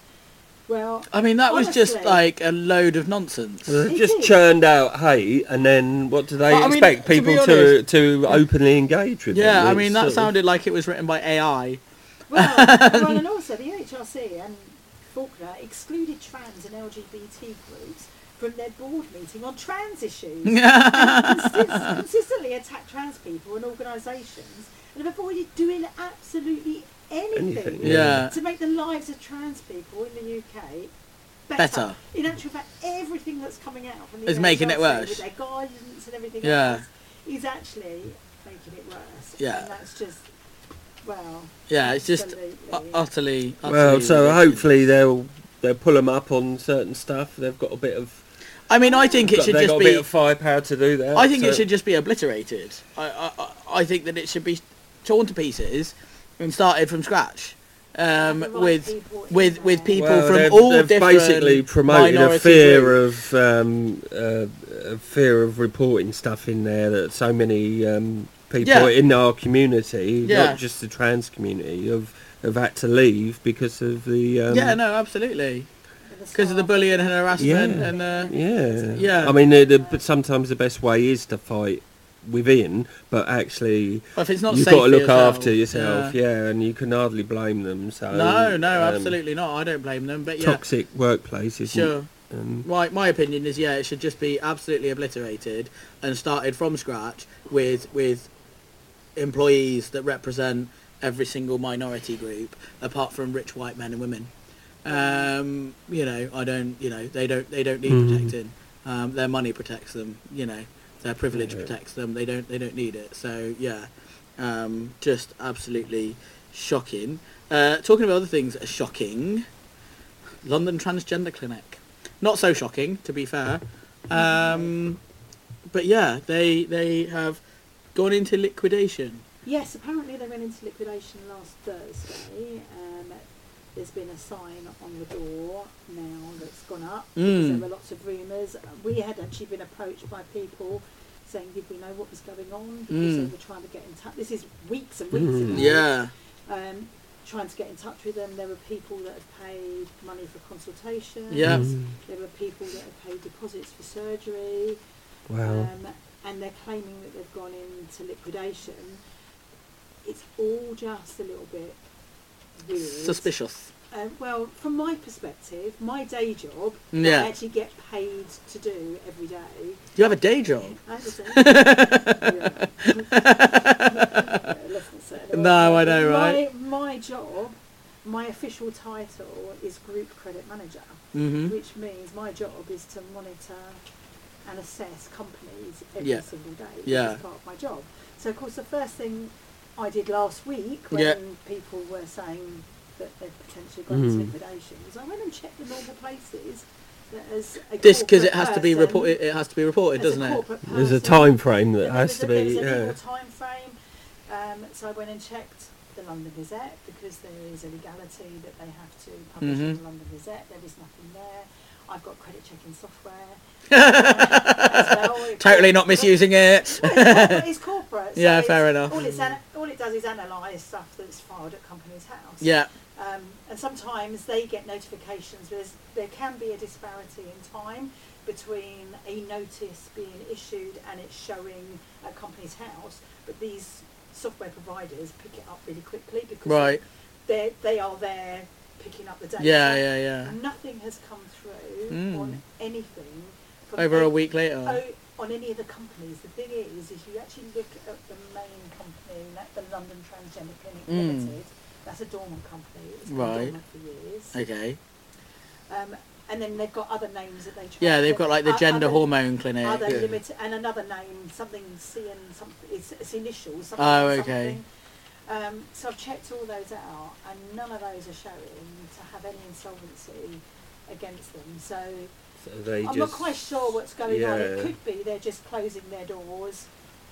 Speaker 3: Well,
Speaker 2: I mean, that was just
Speaker 3: Honestly.
Speaker 2: like a load of nonsense.
Speaker 4: Well, they've
Speaker 3: It
Speaker 4: just
Speaker 3: is.
Speaker 4: churned out hate, and then what do they
Speaker 2: Well, I mean,
Speaker 4: expect
Speaker 2: to be
Speaker 4: people to,
Speaker 2: honest-
Speaker 4: to openly engage with?
Speaker 2: Yeah,
Speaker 4: them?
Speaker 2: I
Speaker 4: It's
Speaker 2: mean, that
Speaker 4: sort of-
Speaker 2: sounded like it was written by AI.
Speaker 3: well, well, and also the HRC and Faulkner excluded trans and LGBT groups from their board meeting on trans issues. and consist- consistently attack trans people and organisations and have avoided doing absolutely anything,
Speaker 4: Anything,
Speaker 2: Yeah.
Speaker 3: to make the lives of trans people in the UK better.
Speaker 2: Better.
Speaker 3: In actual fact, everything that's coming out from the
Speaker 2: Is making it
Speaker 3: NHRC
Speaker 2: worse.
Speaker 3: With their guidance and everything
Speaker 2: Yeah.
Speaker 3: else is actually making it worse.
Speaker 2: Yeah.
Speaker 3: And that's just, well,
Speaker 2: Yeah, it's just uh, u-
Speaker 3: Absolutely.
Speaker 2: utterly. utterly
Speaker 4: well, so
Speaker 2: ridiculous.
Speaker 4: hopefully they'll they'll pull them up on certain stuff. They've got a bit of
Speaker 2: I mean, I think it
Speaker 4: got,
Speaker 2: should
Speaker 4: they've got
Speaker 2: just
Speaker 4: a bit
Speaker 2: be.
Speaker 4: of firepower to do that.
Speaker 2: I think it
Speaker 4: so-
Speaker 2: should just be obliterated. I, I, I- I think that it should be torn to pieces and started from scratch. Um,
Speaker 3: The right
Speaker 2: with
Speaker 3: people in
Speaker 2: with with
Speaker 3: there.
Speaker 2: people
Speaker 4: Well,
Speaker 2: from
Speaker 4: they've-
Speaker 2: all
Speaker 4: they've
Speaker 2: different
Speaker 4: basically promoted a
Speaker 2: minority
Speaker 4: fear
Speaker 2: groups.
Speaker 4: of um, uh, a fear of reporting stuff in there that so many um, people
Speaker 2: Yeah.
Speaker 4: in our community,
Speaker 2: Yeah.
Speaker 4: not just the trans community, have have had to leave because of the um,
Speaker 2: yeah, no, absolutely, because of the bullying and harassment
Speaker 4: Yeah.
Speaker 2: and uh,
Speaker 4: Yeah.
Speaker 2: Yeah.
Speaker 4: I mean, the, the, but sometimes the best way is to fight within, but actually
Speaker 2: well, if it's not
Speaker 4: you've
Speaker 2: safe
Speaker 4: got to
Speaker 2: for
Speaker 4: look
Speaker 2: yourself,
Speaker 4: after yourself. Yeah. and you can hardly blame them. So
Speaker 2: No, no,
Speaker 4: um,
Speaker 2: absolutely not. I don't blame them, but yeah,
Speaker 4: Toxic workplaces.
Speaker 2: sure.
Speaker 4: Um,
Speaker 2: My my opinion is yeah, it should just be absolutely obliterated and started from scratch with with employees that represent every single minority group apart from rich white men and women. Um, you know, I don't you know, they don't they don't need
Speaker 4: Mhm.
Speaker 2: protecting. Um, their money protects them, you know. Their privilege
Speaker 4: Yeah.
Speaker 2: protects them. They don't. They don't need it. So yeah, um, just absolutely shocking. Uh, talking about other things, that are shocking. London Transgender Clinic. Not so shocking, to be fair. Um, but yeah, they they have gone into liquidation.
Speaker 3: Yes, apparently they went into liquidation last Thursday. Um, there's been a sign on the door now that's gone up. because
Speaker 2: Mm.
Speaker 3: There were lots of rumours. We had actually been approached by people saying, did we know what was going on? Because they
Speaker 2: Mm.
Speaker 3: were trying to get in touch. This is weeks and weeks
Speaker 4: Mm.
Speaker 3: ago.
Speaker 2: Hmm. Yeah.
Speaker 3: Um, trying to get in touch with them. There were people that had paid money for consultations.
Speaker 2: Yeah.
Speaker 4: Mm.
Speaker 3: There were people that had paid deposits for surgery.
Speaker 4: Wow.
Speaker 3: Um, and they're claiming that they've gone into liquidation. It's all just a little bit weird.
Speaker 2: Suspicious.
Speaker 3: Um, well, from my perspective, my day job, that
Speaker 2: Yeah.
Speaker 3: I actually get paid to do every day.
Speaker 2: You have a day job.
Speaker 3: I understand. Yeah.
Speaker 2: Mm-hmm.
Speaker 3: Yeah, let's not say it.
Speaker 2: No, I know,
Speaker 3: My-
Speaker 2: right?
Speaker 3: My job, my official title is group credit manager,
Speaker 2: Mm-hmm.
Speaker 3: which means my job is to monitor and assess companies every
Speaker 2: Yeah.
Speaker 3: single day. which
Speaker 2: Yeah.
Speaker 3: is part of my job. So of course, the first thing I did last week when
Speaker 2: Yeah.
Speaker 3: people were saying that they'd potentially gone into
Speaker 2: Hmm.
Speaker 4: Mhm.
Speaker 3: liquidation was I went and checked the normal places that as a
Speaker 2: This because it
Speaker 3: corporate
Speaker 2: has to be
Speaker 3: person-
Speaker 2: reported. It has to be reported,
Speaker 3: as
Speaker 2: doesn't
Speaker 3: a
Speaker 2: it?
Speaker 3: corporate
Speaker 4: There's a
Speaker 3: person-
Speaker 4: time frame that
Speaker 3: there
Speaker 4: has
Speaker 3: was
Speaker 4: to
Speaker 3: a, there
Speaker 4: be.
Speaker 3: was a legal
Speaker 4: Yeah.
Speaker 3: time frame. Um, so I went and checked the London Gazette because there is a legality that they have to publish in
Speaker 2: Mhm.
Speaker 3: the London Gazette. There is nothing there. I've got credit checking software. um, as well. It-
Speaker 2: Totally not misusing it.
Speaker 3: Well, it's corporate. It's corporate so
Speaker 2: Yeah,
Speaker 3: it's-
Speaker 2: fair enough.
Speaker 3: All, it's an, all it does is analyse stuff that's filed at company's house.
Speaker 2: Yeah.
Speaker 3: Um, and sometimes they get notifications. There's, there can be a disparity in time between a notice being issued and it showing a company's house, but these software providers pick it up really quickly because
Speaker 2: Right.
Speaker 3: they they are there picking up the data.
Speaker 2: Yeah. Yeah. Yeah.
Speaker 3: Nothing has come through
Speaker 2: Mm.
Speaker 3: on anything. from
Speaker 2: Over a
Speaker 3: any-
Speaker 2: week later.
Speaker 3: Oh, on any of the companies, the thing is, if you actually look at the main company, that the London Transgender Clinic
Speaker 2: Mm.
Speaker 3: Limited, that's a dormant company. It's been
Speaker 2: Right.
Speaker 3: dormant for years.
Speaker 2: Okay.
Speaker 3: Um, and then they've got other names that they. Try
Speaker 2: Yeah, they've got like the
Speaker 3: o-
Speaker 2: gender
Speaker 3: other-
Speaker 2: hormone clinic.
Speaker 3: Other
Speaker 4: Yeah.
Speaker 3: limit and another name, something C and something. It's, it's initials. Something,
Speaker 2: Oh, okay.
Speaker 3: something. Um, so I've checked all those out, and none of those are showing to have any insolvency against them. So
Speaker 4: So they
Speaker 3: I'm
Speaker 4: just-
Speaker 3: not quite sure what's going on. It
Speaker 4: yeah.
Speaker 3: could be they're just closing their doors,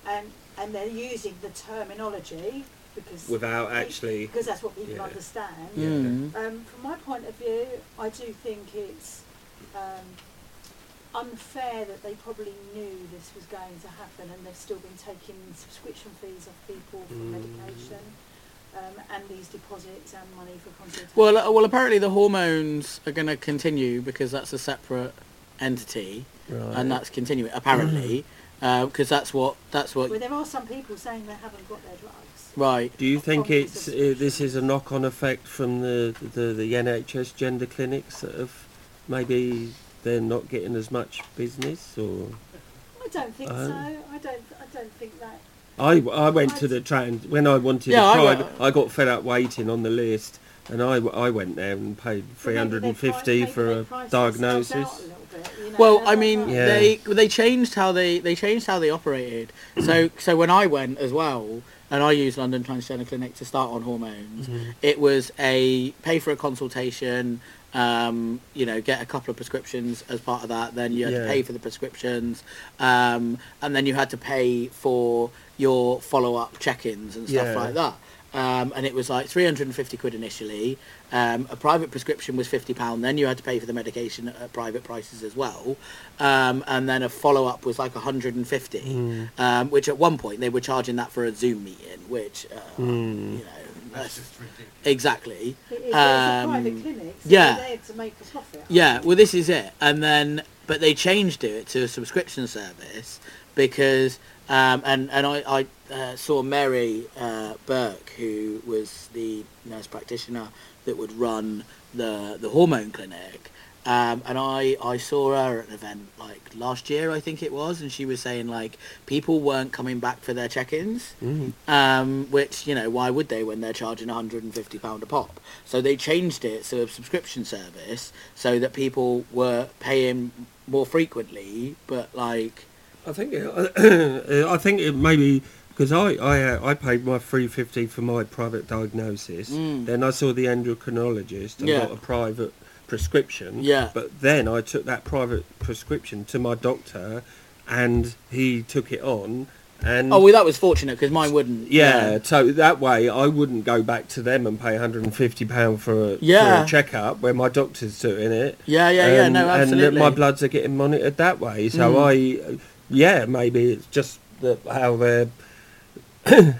Speaker 3: and and they're using the terminology because
Speaker 4: Without
Speaker 3: we-
Speaker 4: actually-
Speaker 3: because that's what people
Speaker 4: Yeah.
Speaker 3: understand.
Speaker 4: Yeah.
Speaker 2: Mm.
Speaker 3: Um, from my point of view, I do think it's um, unfair that they probably knew this was going to happen, and they've still been taking subscription fees off people for
Speaker 4: Mm.
Speaker 3: medication. Um, and these deposits and money for consultation.
Speaker 2: Well, uh, well, apparently the hormones are going to continue because that's a separate entity,
Speaker 4: Right.
Speaker 2: and that's continuing
Speaker 3: Mm.
Speaker 2: apparently because that's what that's what.
Speaker 3: Well, there are some people saying they haven't got their drugs.
Speaker 2: Right.
Speaker 4: Do you think
Speaker 3: Oh,
Speaker 4: it's
Speaker 3: Jesus.
Speaker 4: uh, this is a knock-on effect from the, the, the NHS gender clinics that have maybe they're not getting as much business or
Speaker 3: I don't think
Speaker 4: Oh.
Speaker 3: so. I don't. I don't think that.
Speaker 4: I, I went to the trans when I wanted
Speaker 2: Yeah, I
Speaker 4: a private
Speaker 2: went-
Speaker 4: I, got fed up waiting on the list and I, I went there and paid
Speaker 3: But maybe they've
Speaker 4: 350
Speaker 3: pri- maybe
Speaker 4: for
Speaker 3: they've
Speaker 4: a
Speaker 3: priced themselves out a
Speaker 4: diagnosis
Speaker 3: little bit, you know,
Speaker 2: Well,
Speaker 3: they're
Speaker 2: I
Speaker 3: not
Speaker 2: mean,
Speaker 3: right.
Speaker 4: Yeah.
Speaker 2: they they changed how they they changed how they operated. so so when I went as well, and I used London Transgender Clinic to start on hormones, it was a pay for a consultation. Um, you know, get a couple of prescriptions as part of that. Then you had to
Speaker 4: Yeah.
Speaker 2: pay for the prescriptions, um, and then you had to pay for your follow up check ins and stuff
Speaker 4: Yeah.
Speaker 2: like that. Um, and it was like 350 quid initially. Um, a private prescription was 50 pound. Then you had to pay for the medication at, at private prices as well. Um, and then a follow up was like 150, um, which at one point they were charging that for a Zoom meeting, which uh,
Speaker 4: Hmm.
Speaker 2: you know
Speaker 1: That's
Speaker 2: that's-
Speaker 1: just ridiculous.
Speaker 2: exactly. Um,
Speaker 3: It is, it's a private clinic. So
Speaker 2: yeah.
Speaker 3: They're there to make a profit.
Speaker 2: Yeah, well, this is it. And then, but they changed it to a subscription service because, um, and and I, I uh, saw Mary uh, Burke, who was the nurse practitioner that would run the the hormone clinic, Um, and I, I saw her at an event like last year, I think it was, and she was saying like people weren't coming back for their check-ins,
Speaker 4: Mm.
Speaker 2: um, which you know why would they when they're charging 150 pound a pop? So they changed it to a subscription service so that people were paying more frequently, but like
Speaker 4: I think it, I think it maybe because I I uh, I paid my three fifty for my private diagnosis.
Speaker 2: Mm.
Speaker 4: Then I saw the endocrinologist and
Speaker 2: Yeah.
Speaker 4: got a private prescription.
Speaker 2: Yeah.
Speaker 4: But then I took that private prescription to my doctor, and he took it on. And
Speaker 2: oh well that was fortunate because mine wouldn't.
Speaker 4: yeah, so that way I wouldn't go back to them and pay 150 pound for a,
Speaker 2: Yeah.
Speaker 4: for a checkup where my doctor's doing it.
Speaker 2: yeah, yeah, yeah.
Speaker 4: Um, And-
Speaker 2: no, absolutely. Mm.
Speaker 4: And that my bloods are getting monitored that way. So I, yeah, maybe it's just the, how they're,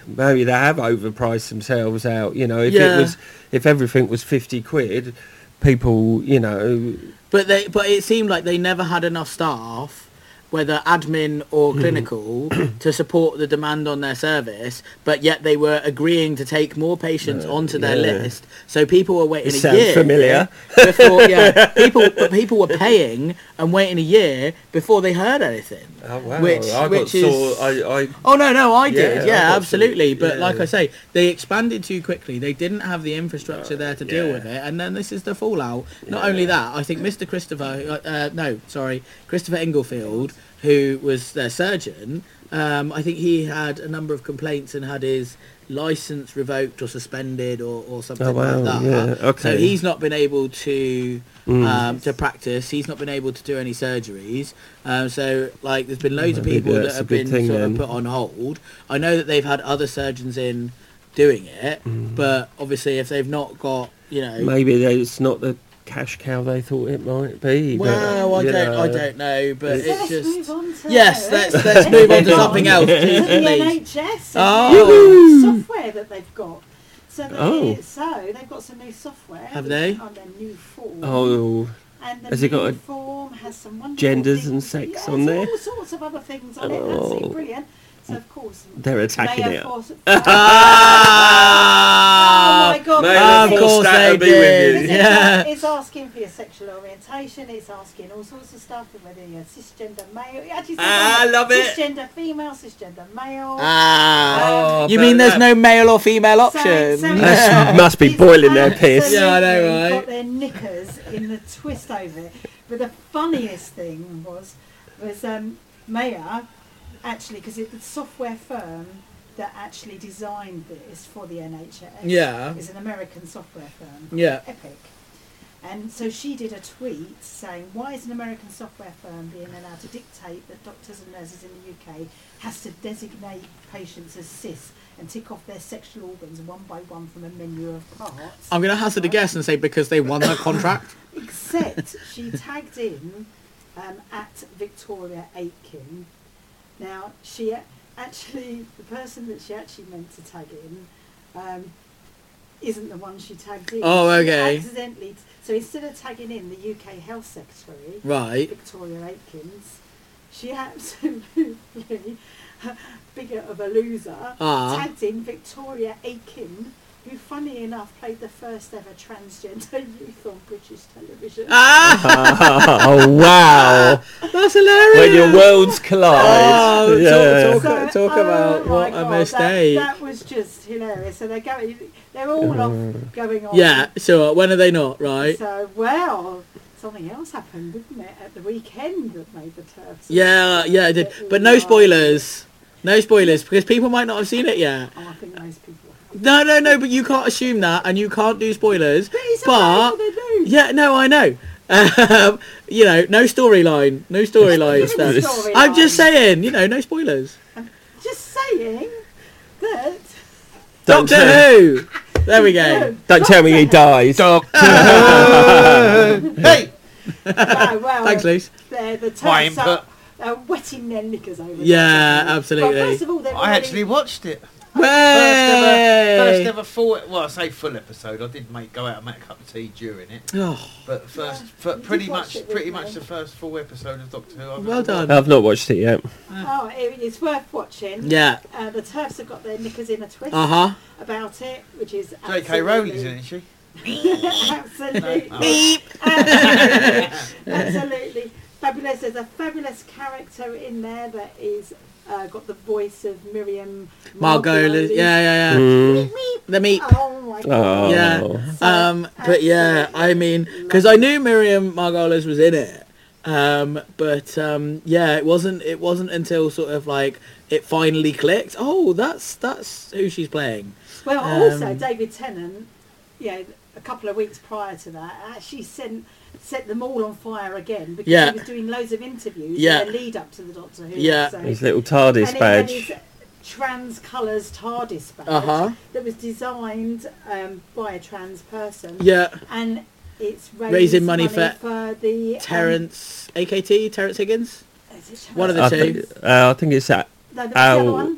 Speaker 4: maybe they have overpriced themselves out. You know, if
Speaker 2: Yeah.
Speaker 4: it was, if everything was 50 quid, people, you know,
Speaker 2: But they, but it seemed like they never had enough staff, whether admin or
Speaker 4: Hmm.
Speaker 2: clinical, to support the demand on their service. But yet they were agreeing to take more patients onto their
Speaker 4: yeah.
Speaker 2: list. So people were waiting
Speaker 4: It
Speaker 2: a
Speaker 4: sounds
Speaker 2: year
Speaker 4: familiar.
Speaker 2: before. Yeah, people, but people were paying and waiting a year before they heard anything.
Speaker 4: oh, wow,
Speaker 2: Which-
Speaker 4: I got
Speaker 2: which
Speaker 4: sore-
Speaker 2: is-
Speaker 4: I, I,
Speaker 2: Oh no, no, I did.
Speaker 4: Yeah,
Speaker 2: Yeah,
Speaker 4: I got
Speaker 2: absolutely.
Speaker 4: you.
Speaker 2: But
Speaker 4: Yeah.
Speaker 2: like I say, they expanded too quickly. They didn't have the infrastructure there to deal
Speaker 4: yeah.
Speaker 2: with it, and then this is the fallout. Not only that, I think Mr. Christopher, uh, uh, no, sorry, Christopher Englefield, who was their surgeon, um, I think he had a number of complaints and had his license revoked or suspended or, or something
Speaker 4: Oh, wow,
Speaker 2: like that.
Speaker 4: yeah,
Speaker 2: So
Speaker 4: okay.
Speaker 2: he's not been able to
Speaker 4: Mm.
Speaker 2: um, to practice. He's not been able to do any surgeries. Um, so like, there's been loads of
Speaker 4: Maybe
Speaker 2: people that
Speaker 4: that's a
Speaker 2: have
Speaker 4: good
Speaker 2: been
Speaker 4: thing
Speaker 2: sort of
Speaker 4: then.
Speaker 2: put on hold. I know that they've had other surgeons in doing it, but obviously if they've not got, you know,
Speaker 4: Mm. maybe they- it's not the cash cow they thought it might be. but,
Speaker 2: well, I
Speaker 4: you
Speaker 2: don't, I
Speaker 4: know.
Speaker 2: don't know, but
Speaker 3: So
Speaker 2: it's
Speaker 3: let's
Speaker 2: just.
Speaker 3: move on to
Speaker 2: Yes, let's let's move on to something else.
Speaker 3: To the
Speaker 2: please, please.
Speaker 3: NHS
Speaker 2: Oh.
Speaker 3: and the new software that they've got. So, they,
Speaker 4: Oh.
Speaker 3: so they've got some new software.
Speaker 2: Have
Speaker 3: which-
Speaker 2: they?
Speaker 3: On their new form.
Speaker 4: Oh,
Speaker 3: And the
Speaker 4: Has it got
Speaker 3: new
Speaker 4: a-
Speaker 3: form has some wonderful
Speaker 4: genders
Speaker 3: things-
Speaker 4: and sex
Speaker 3: yes,
Speaker 4: on there?
Speaker 3: All sorts of other things on it.
Speaker 4: Oh.
Speaker 3: Absolutely brilliant. So of course
Speaker 4: they're attacking
Speaker 3: Mayor
Speaker 4: it.
Speaker 3: Force-
Speaker 2: Ah!
Speaker 3: Oh my God,
Speaker 4: Mayor
Speaker 3: Mayor
Speaker 2: of
Speaker 3: Force-
Speaker 2: course
Speaker 4: that'll
Speaker 2: they
Speaker 4: be with
Speaker 2: did.
Speaker 4: you.
Speaker 3: It's-
Speaker 2: Yeah.
Speaker 3: It's asking for your sexual orientation. It's asking all sorts of stuff, whether you're cisgender male. It actually says
Speaker 4: Ah,
Speaker 3: on there,
Speaker 4: love it.
Speaker 3: Cisgender female, cisgender male.
Speaker 2: Ah.
Speaker 4: Oh,
Speaker 2: you
Speaker 4: but
Speaker 2: mean there's
Speaker 4: that-
Speaker 2: no male or female
Speaker 3: So-
Speaker 2: option?
Speaker 3: so
Speaker 4: That's- must be
Speaker 3: These
Speaker 4: boiling their piss.
Speaker 3: absolutely
Speaker 2: Yeah, I know, right?
Speaker 3: Got their knickers in the twist over it. But the funniest thing was was um, Maya actually because the software firm that actually designed this for the NHS
Speaker 2: Yeah.
Speaker 3: is an American software firm. called
Speaker 2: Yeah.
Speaker 3: Epic. And so she did a tweet saying, "Why is an American software firm being allowed to dictate that doctors and nurses in the UK has to designate patients as cis and tick off their sexual organs one by one from a menu of parts?"
Speaker 2: I'm going to hazard a guess and say because they won that contract.
Speaker 3: Except she tagged in um, at Victoria Aitken. Now she a- actually, the person that she actually meant to tag in. Um, isn't the one she tagged in.
Speaker 2: Oh,
Speaker 3: She
Speaker 2: okay.
Speaker 3: accidentally, so instead of tagging in the UK Health Secretary,
Speaker 2: Right.
Speaker 3: Victoria Aitkins, she absolutely, bigger of a loser,
Speaker 2: Ah.
Speaker 3: tagged in Victoria Aiken, who, funny enough, played the first ever transgender youth on British television.
Speaker 2: Ah,
Speaker 4: oh wow!
Speaker 2: that's hilarious.
Speaker 4: when your worlds collide.
Speaker 2: Oh,
Speaker 4: yeah.
Speaker 2: talk- talk- talk about
Speaker 3: oh my
Speaker 2: what a
Speaker 3: God, that-
Speaker 2: mistake.
Speaker 3: That, was just hilarious. So they're going, they're all
Speaker 2: Mm.
Speaker 3: off going on.
Speaker 2: Yeah, sure. When are they not, right?
Speaker 3: So, well, something else happened, didn't it, at the weekend that made the turf.
Speaker 2: Yeah, yeah, I did. But no spoilers. No spoilers, because people might not have seen it yet.
Speaker 3: Oh, I think most people have.
Speaker 2: No, no, no, but you can't assume that, and you can't do spoilers.
Speaker 3: But it's
Speaker 2: But,
Speaker 3: but, the news.
Speaker 2: yeah, no, I know. Um, you know, no storyline. No storyline
Speaker 3: Give it a
Speaker 2: stuff.
Speaker 3: storyline.
Speaker 2: I'm just saying, you know, no spoilers.
Speaker 3: Just saying that.
Speaker 4: Don't
Speaker 2: Doctor
Speaker 4: tell-
Speaker 2: Who! There we go.
Speaker 4: Don't tell me he dies.
Speaker 1: hey,
Speaker 3: Oh, well,
Speaker 2: Thanks, Luce.
Speaker 3: They're the
Speaker 1: My
Speaker 3: turfs
Speaker 1: input.
Speaker 3: up. They're wetting their knickers over.
Speaker 2: Yeah,
Speaker 3: themselves. But first
Speaker 2: absolutely.
Speaker 3: of all, they're
Speaker 1: I actually watched it. First ever, first
Speaker 2: Way!
Speaker 1: ever full. Well, I say full episode. I did make go out and make a cup of tea during it,
Speaker 2: Oh,
Speaker 1: but first,
Speaker 3: Yeah,
Speaker 1: fir-
Speaker 3: you
Speaker 1: pretty
Speaker 3: did watch
Speaker 1: much,
Speaker 3: it with
Speaker 1: pretty
Speaker 3: me.
Speaker 1: much the first full episode of Doctor Who. I've
Speaker 2: well
Speaker 1: ever
Speaker 2: done.
Speaker 4: I've not watched it yet.
Speaker 3: Oh, it, it's worth watching.
Speaker 2: Yeah.
Speaker 3: Uh, the turfs have got their knickers in a twist
Speaker 2: Uh huh.
Speaker 3: about it, which is.
Speaker 1: watched. J.K.
Speaker 3: absolutely-
Speaker 1: Rowling's in it, isn't she?
Speaker 3: Absolutely.
Speaker 2: Beep.
Speaker 3: Absolutely. Absolutely. Fabulous. There's a fabulous character in there that is uh, got the voice of Miriam
Speaker 2: Margolis.
Speaker 3: Margolyes.
Speaker 2: Yeah, yeah, yeah.
Speaker 4: Mm.
Speaker 3: Meep.
Speaker 2: The meat.
Speaker 3: Oh my
Speaker 4: Oh.
Speaker 3: god.
Speaker 2: Yeah.
Speaker 3: So,
Speaker 2: Um, but yeah, I mean, because I knew Miriam Margolis was in it, um, but um, yeah, it wasn't. It wasn't until sort of like it finally clicked. Oh, that's that's who she's playing.
Speaker 3: Well,
Speaker 2: Um,
Speaker 3: also David Tennant, you know, a couple of weeks prior to that, actually sent set them all on fire again because
Speaker 2: Yeah.
Speaker 3: he was doing loads of interviews.
Speaker 2: Yeah.
Speaker 3: in the lead up to the Doctor Who.
Speaker 2: Yeah.
Speaker 3: so-
Speaker 4: His little TARDIS
Speaker 3: and
Speaker 4: badge.
Speaker 3: It, and it's trans colours TARDIS badge
Speaker 2: Uh-huh.
Speaker 3: that was designed um, by a trans person.
Speaker 2: Yeah,
Speaker 3: And it's raised
Speaker 2: Raising money for
Speaker 3: the um,
Speaker 2: Terence AKT, Terence Higgins.
Speaker 3: is it
Speaker 2: one of
Speaker 3: Terrence?
Speaker 4: I
Speaker 2: the two.
Speaker 4: think, uh, I think it's that.
Speaker 3: No, the other
Speaker 4: Owl.
Speaker 3: one.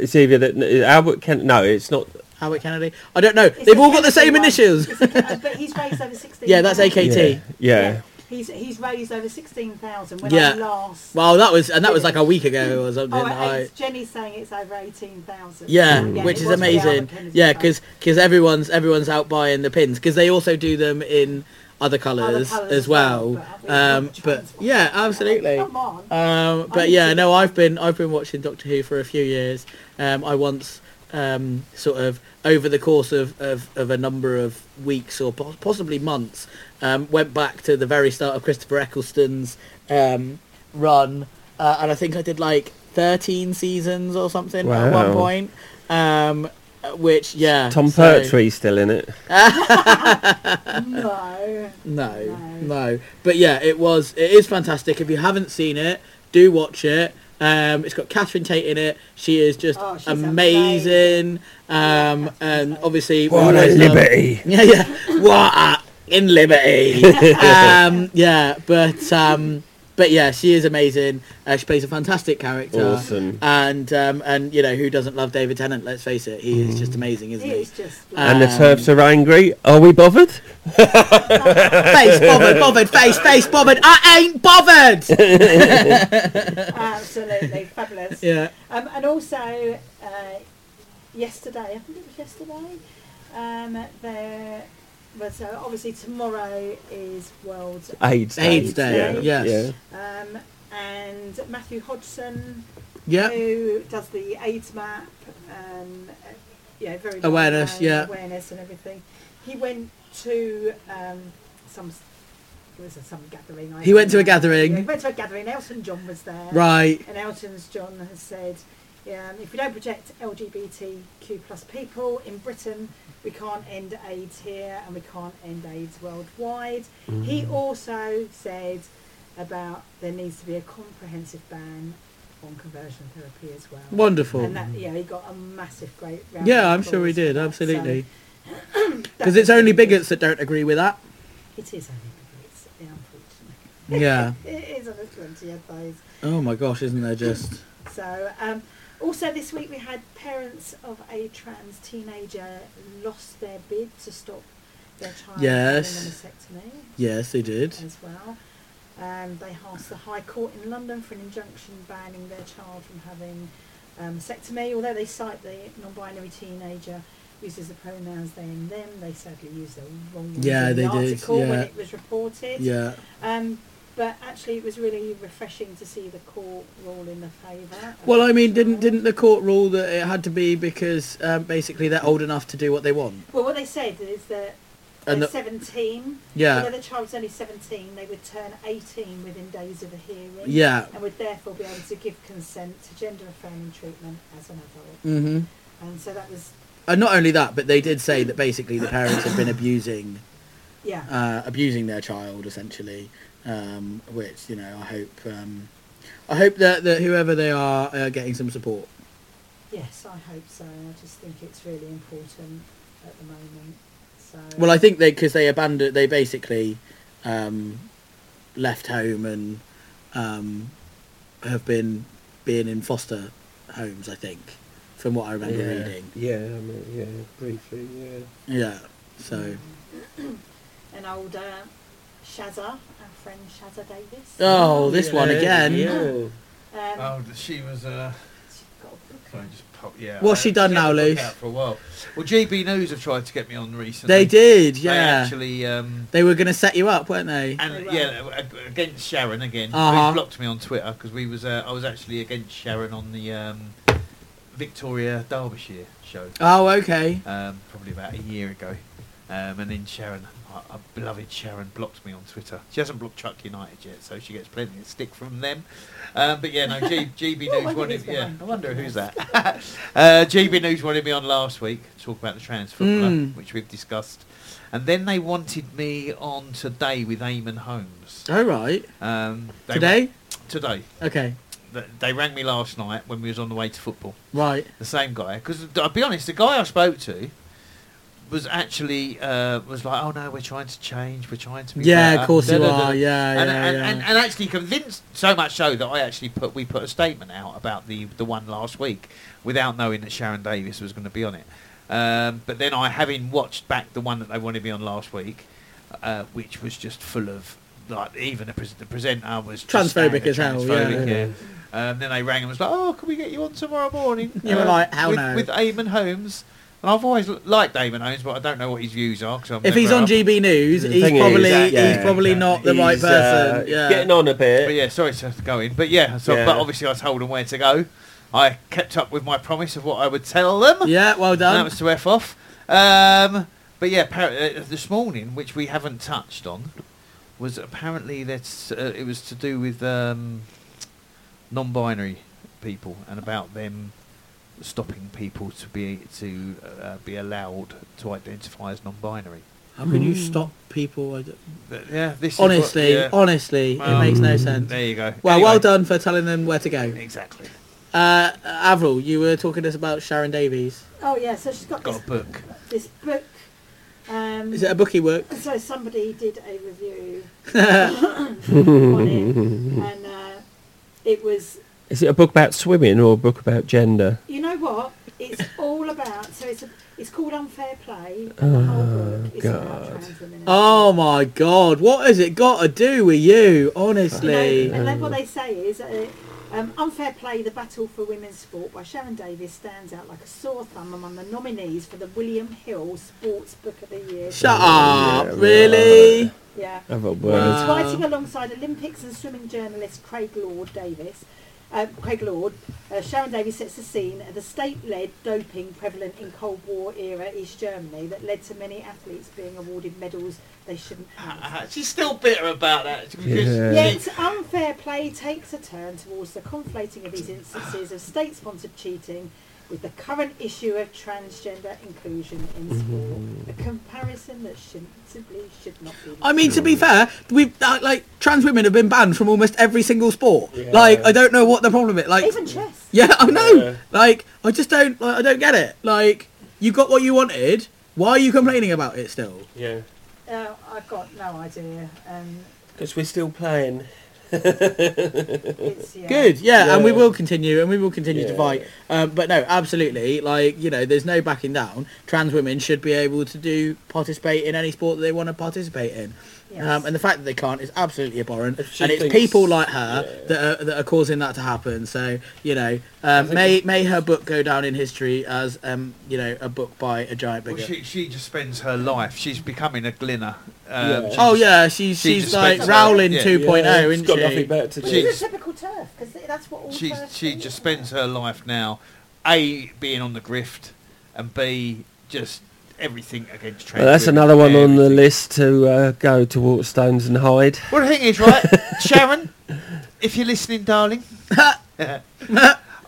Speaker 4: It's either that Albert Kent. No, it's not.
Speaker 2: Howard Kennedy. I don't know.
Speaker 3: It's
Speaker 2: They've all got
Speaker 3: Kennedy
Speaker 2: the same
Speaker 3: one.
Speaker 2: initials.
Speaker 3: It's the- uh, but he's raised over sixteen.
Speaker 2: Yeah, that's AKT.
Speaker 4: Yeah. yeah.
Speaker 3: He's he's raised over sixteen thousand when
Speaker 2: Yeah.
Speaker 3: I last.
Speaker 2: Wow, that was and that was like a week ago or something.
Speaker 3: Oh,
Speaker 2: I-
Speaker 3: it's Jenny's saying it's over eighteen thousand.
Speaker 2: Yeah,
Speaker 4: Yeah,
Speaker 2: which
Speaker 3: it
Speaker 2: is
Speaker 3: was the Albert
Speaker 2: amazing.
Speaker 3: Kennedy
Speaker 2: Yeah,
Speaker 3: Fund.
Speaker 2: because everyone's everyone's out buying the pins because they also do them in other colours
Speaker 3: colours
Speaker 2: as
Speaker 3: as well,
Speaker 2: well.
Speaker 3: but I think
Speaker 2: Um,
Speaker 3: it's
Speaker 2: but
Speaker 3: trans one.
Speaker 2: yeah, absolutely.
Speaker 3: Come on.
Speaker 2: Um,
Speaker 3: I
Speaker 2: but
Speaker 3: need
Speaker 2: yeah,
Speaker 3: to-
Speaker 2: no, I've been I've been watching Doctor Who for a few years. Um, I once um, sort of over the course of, of, of a number of weeks or po- possibly months um, went back to the very start of Christopher Eccleston's um, run, uh, and I think I did like thirteen seasons or something at one
Speaker 4: Wow.
Speaker 2: point. Um, which yeah,
Speaker 4: Tom
Speaker 2: so-
Speaker 4: Pertwee's still in it.
Speaker 3: No.
Speaker 2: No, no,
Speaker 3: No.
Speaker 2: But yeah, it was. It is fantastic. If you haven't seen it, do watch it. Um, it's got Catherine Tate in it. She is just
Speaker 3: Oh, she's
Speaker 2: amazing. Um,
Speaker 3: Catherine's
Speaker 2: and
Speaker 3: amazing.
Speaker 2: obviously, we
Speaker 4: What a
Speaker 2: always love-
Speaker 4: liberty!
Speaker 2: Yeah, yeah. What a- in liberty? um, yeah, but um, but yeah, she is amazing. Uh, she plays a fantastic character.
Speaker 4: Awesome.
Speaker 2: And um, and you know who doesn't love David Tennant? Let's face it, he is
Speaker 4: Mm.
Speaker 2: just amazing, isn't
Speaker 3: It
Speaker 2: he?
Speaker 3: is just.
Speaker 2: Uh,
Speaker 3: Like,
Speaker 4: and the
Speaker 2: Um,
Speaker 4: turfs are angry. Are we bothered?
Speaker 2: face bothered, bothered, face, face bothered. I ain't bothered.
Speaker 3: absolutely fabulous.
Speaker 2: Yeah.
Speaker 3: Um, and also, uh, yesterday, I think it was yesterday, um, there was uh, obviously tomorrow is World
Speaker 4: AIDS Day.
Speaker 2: AIDS Day,
Speaker 4: Yeah.
Speaker 2: yes.
Speaker 3: um, and Matthew Hodgson,
Speaker 2: Yeah.
Speaker 3: who does the AIDS map, um, uh, yeah, very well
Speaker 2: Awareness,
Speaker 3: known,
Speaker 2: yeah.
Speaker 3: awareness and everything. He went to um, some. s- It was a some gathering. I
Speaker 2: He went to a
Speaker 3: don't know.
Speaker 2: gathering.
Speaker 3: Yeah, he went to a gathering. Elton John was there.
Speaker 2: Right.
Speaker 3: And Elton's John has said, um, if we don't protect LGBTQ plus people in Britain, we can't end AIDS here and we can't end AIDS worldwide.
Speaker 2: Mm.
Speaker 3: He also said about there needs to be a comprehensive ban on conversion therapy as well.
Speaker 2: Wonderful.
Speaker 3: And that, yeah, he got a massive great round
Speaker 2: Yeah,
Speaker 3: of
Speaker 2: I'm sure we
Speaker 3: applause for
Speaker 2: did. Absolutely.
Speaker 3: that. So
Speaker 2: Because
Speaker 3: that's-
Speaker 2: it's only bigots that don't agree with that.
Speaker 3: It is only bigots, yeah, unfortunately.
Speaker 2: Yeah.
Speaker 3: It is on the 20th, days.
Speaker 2: Oh my gosh, isn't there just?
Speaker 3: So, um, also this week we had parents of a trans teenager lost their bid to stop their child having
Speaker 2: Yes.
Speaker 3: a mastectomy
Speaker 2: Yes, they did.
Speaker 3: as well. Um, they asked the High Court in London for an injunction banning their child from having um, mastectomy. Although they cite the non-binary teenager uses the pronouns they and them, they sadly used the wrong ones
Speaker 2: Yeah,
Speaker 3: in the
Speaker 2: they did,
Speaker 3: article when
Speaker 2: yeah.
Speaker 3: it was reported.
Speaker 2: Yeah.
Speaker 3: Um, but actually, it was really refreshing to see the court rule in the favour. of
Speaker 2: Well, I mean,
Speaker 3: the
Speaker 2: didn't
Speaker 3: child.
Speaker 2: didn't the court rule that it had to be because um, basically they're old enough to do what they want?
Speaker 3: Well, what they said is that
Speaker 2: And
Speaker 3: at
Speaker 2: the-
Speaker 3: 17,
Speaker 2: Yeah.
Speaker 3: although the child was only 17, they would turn 18 within days of the hearing
Speaker 2: Yeah.
Speaker 3: and would therefore be able to give consent to gender affirming treatment as an adult.
Speaker 2: hmm
Speaker 3: And so that was,
Speaker 2: And not only that, but they did say that basically the parents had been abusing
Speaker 3: yeah.
Speaker 2: uh, abusing their child essentially, um, which you know I hope um, I hope that, that whoever they are are getting some support.
Speaker 3: yes, I hope so. I just think it's really important at the moment. So,
Speaker 2: Well, I think they because they abandoned they basically um, left home and um, have been being in foster homes. I think from what I remember reading.
Speaker 4: Yeah. I mean, yeah. Briefly. Yeah.
Speaker 2: Yeah. So
Speaker 3: an older Shazza, our friend
Speaker 2: Uh.
Speaker 3: Shazza Davis.
Speaker 2: oh, this one oh, again.
Speaker 4: Oh, Yeah.
Speaker 3: Um,
Speaker 1: Oh, she was. Uh,
Speaker 3: God.
Speaker 1: So I just pop, yeah.
Speaker 2: What's
Speaker 1: I
Speaker 2: she done
Speaker 1: haven't
Speaker 2: now,
Speaker 1: looked
Speaker 2: Luce?
Speaker 1: out For a while. Well, GB News have tried to get me on recently.
Speaker 2: They did,
Speaker 1: They
Speaker 2: yeah. They,
Speaker 1: actually, um,
Speaker 2: were going to set you up, weren't they?
Speaker 1: and
Speaker 3: They
Speaker 1: yeah, ag- against Sharon again.
Speaker 2: Uh-huh.
Speaker 1: They blocked me on Twitter because we was uh, I was actually against Sharon on the um, Victoria Derbyshire show.
Speaker 2: Oh, okay.
Speaker 1: um, probably about a year ago. Um, and then Sharon, our, our beloved Sharon, blocked me on Twitter. She hasn't blocked Chuck United yet, so she gets plenty of stick from them. Um, but yeah, no, G, GB
Speaker 3: Oh, I
Speaker 1: News
Speaker 3: wonder
Speaker 1: wanted.
Speaker 3: who's
Speaker 1: Yeah,
Speaker 3: behind
Speaker 1: I wonder who's that.
Speaker 3: Chuck
Speaker 1: uh, GB News wanted me on last week to talk about the transfer,
Speaker 2: Mm.
Speaker 1: which we've discussed, and then they wanted me on today with Eamon Holmes.
Speaker 2: All right.
Speaker 1: Um, they-
Speaker 2: Today?
Speaker 1: Today.
Speaker 2: Okay.
Speaker 1: Th- They rang me last night when we was on the way to football
Speaker 2: Right.
Speaker 1: the same guy because I'll be honest, the guy I spoke to was actually uh, was like, "Oh no, we're trying to change, we're trying to be
Speaker 2: Yeah,
Speaker 1: better,
Speaker 2: of course you
Speaker 1: da, da, da."
Speaker 2: are. Yeah,
Speaker 1: and,
Speaker 2: yeah,
Speaker 1: and,
Speaker 2: yeah.
Speaker 1: And, and actually convinced so much so that I actually put we put a statement out about the the one last week without knowing that Sharon Davis was going to be on it. Um, but then I, having watched back the one that they wanted me on last week, uh, which was just full of like even the, pres- the presenter was just
Speaker 2: Transphobic
Speaker 1: standard
Speaker 2: as hell, yeah.
Speaker 1: transphobic, um, then they rang and was like, "Oh, can we get you on tomorrow morning?"
Speaker 2: You were
Speaker 1: uh,
Speaker 2: like, "Hell
Speaker 1: with,
Speaker 2: no."
Speaker 1: With Eamon Holmes, and I've always l- liked Eamon Holmes, but I don't know what his views are. Cause I'm
Speaker 2: If he's
Speaker 1: never
Speaker 2: on
Speaker 1: up-
Speaker 2: GB News,
Speaker 4: The
Speaker 2: he's
Speaker 4: thing is,
Speaker 2: probably
Speaker 4: yeah,
Speaker 2: he's probably not the
Speaker 1: exactly.
Speaker 2: right
Speaker 4: He's, uh,
Speaker 2: person. yeah.
Speaker 4: Getting on a bit.
Speaker 1: But yeah, sorry to go in, but yeah, so
Speaker 4: Yeah.
Speaker 1: but obviously I told them where to go. I kept up with my promise of what I would tell them.
Speaker 2: Yeah, well
Speaker 1: and that
Speaker 2: done.
Speaker 1: was to f off. Um, but yeah, appar- uh, this morning, which we haven't touched on, was apparently that's uh, it was to do with um, non-binary people and about them stopping people to be to uh, be allowed to identify as non-binary.
Speaker 5: How can you stop people? I don't-
Speaker 1: But, yeah, this is what-
Speaker 2: honestly,
Speaker 1: yeah.
Speaker 2: honestly,
Speaker 1: Well,
Speaker 2: it makes no sense.
Speaker 1: There you go.
Speaker 2: Well,
Speaker 1: Anyway.
Speaker 2: well done for telling them where to go.
Speaker 1: Exactly.
Speaker 2: Uh, Avril, you were talking to us about Sharon Davies.
Speaker 3: Oh yeah, so she's got,
Speaker 1: Got a book.
Speaker 3: this, this book. Um,
Speaker 2: Is it a bookie work?
Speaker 3: so somebody did a review on it, and uh, it was
Speaker 4: Is it a book about swimming or a book about gender?
Speaker 3: You know what? It's all about. So it's a, it's called unfair play. And the whole book is about
Speaker 4: God.
Speaker 3: trans women.
Speaker 2: Oh my God, what has it got to do with you?
Speaker 3: You know,
Speaker 2: Honestly.
Speaker 3: and then what they say is, uh, um, unfair play: the battle for women's sport by Sharon Davis stands out like a sore thumb among the nominees for the William Hill Sports Book of the Year.
Speaker 2: Shut up,
Speaker 4: right.
Speaker 2: really?
Speaker 3: Yeah.
Speaker 4: Have a
Speaker 2: Wow.
Speaker 4: word.
Speaker 3: It's fighting alongside Olympics and swimming journalist Craig Lord Davis. Uh, Craig Lord, uh, Sharon Davis sets the scene at the state-led doping prevalent in Cold War era East Germany that led to many athletes being awarded medals they shouldn't have.
Speaker 4: uh,
Speaker 1: She's still bitter about that.
Speaker 4: Yeah.
Speaker 3: Yet unfair play takes a turn towards the conflating of these instances of state-sponsored cheating with the current issue of transgender inclusion in sport, a comparison that should, simply should not be.
Speaker 2: I mean, to
Speaker 4: Hmm.
Speaker 2: be fair, we've uh, like trans women have been banned from almost every single sport. Like, I don't know what the problem is. Like,
Speaker 3: even chess.
Speaker 2: yeah,
Speaker 4: Uh,
Speaker 2: I know.
Speaker 4: Yeah.
Speaker 2: Like, I just don't. Like, I don't get it. Like, you got what you wanted. Why are you complaining about it still?
Speaker 4: Yeah.
Speaker 3: Uh, I've got no idea. Um,
Speaker 4: Because we're still playing.
Speaker 3: it's, yeah.
Speaker 2: Good, yeah, and we
Speaker 4: Yeah.
Speaker 2: will continue, and we will continue to
Speaker 4: Yeah.
Speaker 2: fight. Um, but no, absolutely, like you know, there's no backing down. Trans women should be able to do participate in any sport that they want to participate in,
Speaker 3: Yes.
Speaker 2: um, and the fact that they can't is absolutely abhorrent.
Speaker 4: If she
Speaker 2: And it's
Speaker 4: thinks-
Speaker 2: people like her
Speaker 4: yeah.
Speaker 2: that are, that are causing that to happen. So you know, um, may
Speaker 4: think
Speaker 2: may her book go down in history as um, you know a book by a giant
Speaker 1: Well,
Speaker 2: bigot.
Speaker 1: she, she just spends her life. She's becoming a glinner. Um,
Speaker 4: Yeah.
Speaker 1: she
Speaker 2: oh
Speaker 1: just-
Speaker 2: yeah, she's
Speaker 1: she
Speaker 2: she's
Speaker 1: just
Speaker 2: like
Speaker 1: spends her-
Speaker 2: Rowling
Speaker 1: yeah.
Speaker 2: 2.0,
Speaker 4: Yeah, she's
Speaker 2: oh, isn't
Speaker 4: got
Speaker 2: she?
Speaker 4: nothing better to
Speaker 3: Which
Speaker 1: She-
Speaker 4: do.
Speaker 3: is a typical turf because that's Oh, what all.
Speaker 1: she
Speaker 3: turf
Speaker 1: she
Speaker 3: do,
Speaker 1: just
Speaker 3: isn't it?
Speaker 1: spends her life now, a being on the grift, and b just everything against trans.
Speaker 4: Well, that's
Speaker 1: women.
Speaker 4: another one on the
Speaker 1: Everything.
Speaker 4: list to uh, go to Waterstones and hide.
Speaker 1: Well, the thing is, right, Sharon, if you're listening, darling,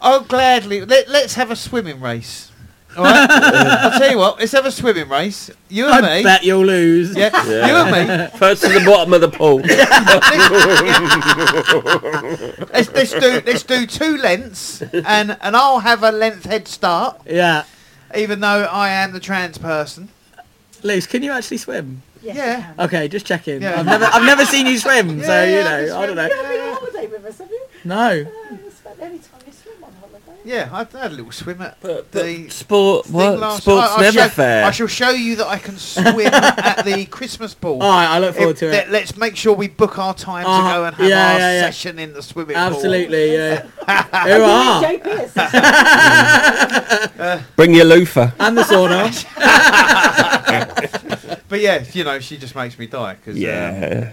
Speaker 1: I'll gladly let, let's have a swimming race. All right, I'll tell you what, let's have a swimming race. You and
Speaker 2: I
Speaker 1: me.
Speaker 2: bet you'll lose.
Speaker 1: Yeah,
Speaker 4: Yeah.
Speaker 1: you and me.
Speaker 4: First to the bottom of the pool.
Speaker 1: Let's, let's do let's do two lengths, and and I'll have a length head start,
Speaker 2: yeah.
Speaker 1: even though I am the trans person.
Speaker 2: Luce, can you actually swim?
Speaker 3: Yes,
Speaker 1: yeah.
Speaker 3: yeah.
Speaker 2: Okay, just checking.
Speaker 1: Yeah.
Speaker 2: I've never I've never seen you swim, so
Speaker 1: Yeah,
Speaker 2: you
Speaker 1: yeah,
Speaker 2: know,
Speaker 1: just
Speaker 2: I don't
Speaker 1: swim.
Speaker 2: know.
Speaker 3: You've been on holiday with us, have you?
Speaker 2: No.
Speaker 3: Uh, it's about the only time you swim on holiday.
Speaker 1: Yeah, I I had a little swim at
Speaker 4: But,
Speaker 1: the
Speaker 4: sport,
Speaker 1: thing
Speaker 4: what?
Speaker 1: last-
Speaker 4: Sports
Speaker 1: I- I
Speaker 4: never
Speaker 1: shall-
Speaker 4: fair.
Speaker 1: I shall show you that I can swim at the Christmas ball.
Speaker 2: All right, Oh, I look
Speaker 1: If-
Speaker 2: forward to
Speaker 1: let-
Speaker 2: it.
Speaker 1: Let's make sure we book our time
Speaker 2: Uh-huh.
Speaker 1: to go and have
Speaker 2: Yeah,
Speaker 1: our
Speaker 2: yeah, yeah.
Speaker 1: session in the swimming
Speaker 2: Absolutely, yeah. Here we are.
Speaker 3: Jay Pierce. That's
Speaker 4: Bring your loofah.
Speaker 2: And the sauna.
Speaker 1: pool. But yeah, you know, she just makes me die because
Speaker 4: Yeah.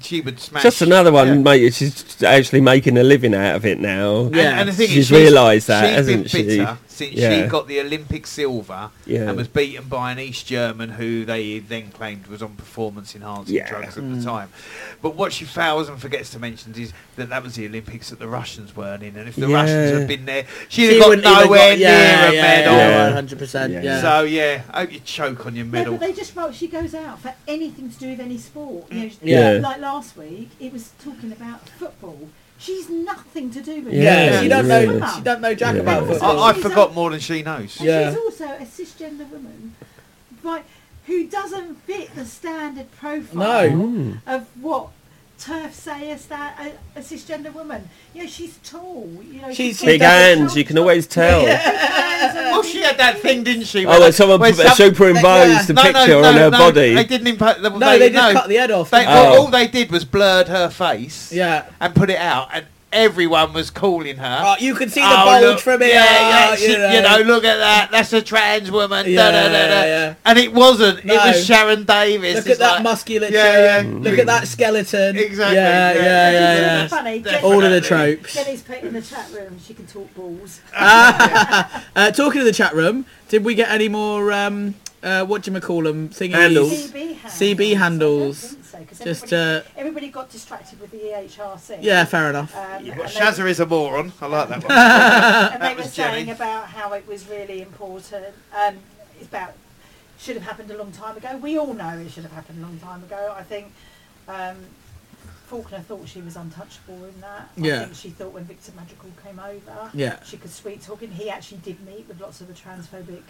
Speaker 1: she would smash.
Speaker 4: Just another one,
Speaker 1: um, Yeah.
Speaker 4: mate. She's actually making a living out of it now.
Speaker 1: And,
Speaker 2: Yeah.
Speaker 1: and the thing
Speaker 4: She's
Speaker 1: is, she's
Speaker 4: realised that,
Speaker 1: she's
Speaker 4: hasn't she?
Speaker 1: been bitter since
Speaker 4: Yeah.
Speaker 1: she got the Olympic silver
Speaker 4: Yeah.
Speaker 1: and was beaten by an East German who they then claimed was on performance enhancing
Speaker 4: Yeah.
Speaker 1: drugs at the
Speaker 3: Mm.
Speaker 1: time. But what she fails and forgets to mention is that that was the Olympics that the Russians weren't in, and if the
Speaker 4: Yeah.
Speaker 1: Russians had been there, she'd
Speaker 2: She
Speaker 1: have
Speaker 2: wouldn't
Speaker 1: got
Speaker 2: even
Speaker 1: nowhere
Speaker 2: got- yeah,
Speaker 1: near a
Speaker 2: yeah,
Speaker 1: medal.
Speaker 2: Yeah,
Speaker 4: Yeah.
Speaker 2: 100%. Yeah.
Speaker 4: Yeah.
Speaker 1: So yeah, I hope you choke on your
Speaker 3: No,
Speaker 1: medal.
Speaker 3: but they just wrote. She goes out for anything to do with any sport. You know,
Speaker 2: Yeah.
Speaker 3: Like last week, it was talking about football. She's nothing to do with
Speaker 4: Yeah,
Speaker 2: yeah,
Speaker 3: it.
Speaker 2: she
Speaker 4: you
Speaker 2: don't
Speaker 3: She's a
Speaker 2: know.
Speaker 4: really.
Speaker 3: mum.
Speaker 2: She don't know jack
Speaker 4: Yeah.
Speaker 2: about football.
Speaker 1: I, I forgot more than she knows.
Speaker 3: And
Speaker 2: Yeah.
Speaker 3: she's also a cisgender woman, right, who doesn't fit the standard profile
Speaker 2: No.
Speaker 3: of what turfs say a, sta- a, a cisgender woman. You know, she's tall. You know,
Speaker 2: She's-
Speaker 3: got
Speaker 4: Big
Speaker 3: the
Speaker 4: hands,
Speaker 3: shoulders,
Speaker 4: you can always tell.
Speaker 3: big hands and
Speaker 1: Well, she had that thing, didn't she?
Speaker 4: Oh, when someone
Speaker 1: where
Speaker 4: put-
Speaker 1: some-
Speaker 4: superimposed the
Speaker 1: No, no,
Speaker 4: picture
Speaker 1: no,
Speaker 4: on her
Speaker 1: no,
Speaker 4: body.
Speaker 1: They didn't impo- they,
Speaker 2: No, they just cut the head off.
Speaker 1: They,
Speaker 2: didn't
Speaker 1: all-
Speaker 4: Oh.
Speaker 1: All they did was blurred her face
Speaker 2: they? Yeah.
Speaker 1: and put it out, and everyone was calling her.
Speaker 2: Oh, you can see the
Speaker 1: "Oh,
Speaker 2: bulge
Speaker 1: look,
Speaker 2: from here.
Speaker 1: Yeah,
Speaker 2: oh,
Speaker 1: yeah, she- you, know. look at that. That's a trans woman. da,
Speaker 2: Yeah,
Speaker 1: da, da, da.
Speaker 2: yeah.
Speaker 1: And it wasn't. It
Speaker 2: No.
Speaker 1: was Sharon Davis.
Speaker 2: Look
Speaker 1: It's
Speaker 2: at that
Speaker 1: like-
Speaker 2: musculature.
Speaker 1: Yeah, yeah.
Speaker 2: Look at that skeleton.
Speaker 1: Exactly, yeah,
Speaker 2: Yeah, yeah,
Speaker 3: It's
Speaker 2: yeah, yeah.
Speaker 1: yeah.
Speaker 3: Funny.
Speaker 1: Definitely.
Speaker 2: All of the
Speaker 3: Jenny's-
Speaker 2: tropes.
Speaker 3: Jenny's put in the chat room. She can talk balls.
Speaker 2: Uh, talking to the chat room, did we get any more? Um, uh, what do you call them? Thingies.
Speaker 4: Handles.
Speaker 3: CB handles.
Speaker 2: CB handles.
Speaker 3: I don't think so, 'cause
Speaker 2: Just
Speaker 3: everybody,
Speaker 2: uh,
Speaker 3: everybody got distracted with E the EHRC.
Speaker 2: yeah, fair enough.
Speaker 3: Um,
Speaker 1: Yeah,
Speaker 3: and
Speaker 1: well,
Speaker 3: they-
Speaker 1: Shazza is a moron. I like that one.
Speaker 3: and
Speaker 1: That
Speaker 3: they were
Speaker 1: was
Speaker 3: saying
Speaker 1: Jenny.
Speaker 3: about how it was really important. Um, it's about should have happened a long time ago. We all know it should have happened a long time ago. I think um, Faulkner thought she was untouchable in that. I
Speaker 2: Yeah.
Speaker 3: think she thought when Victor Madrigal came over,
Speaker 2: Yeah.
Speaker 3: she could sweet talk him. He actually did meet with lots of the transphobic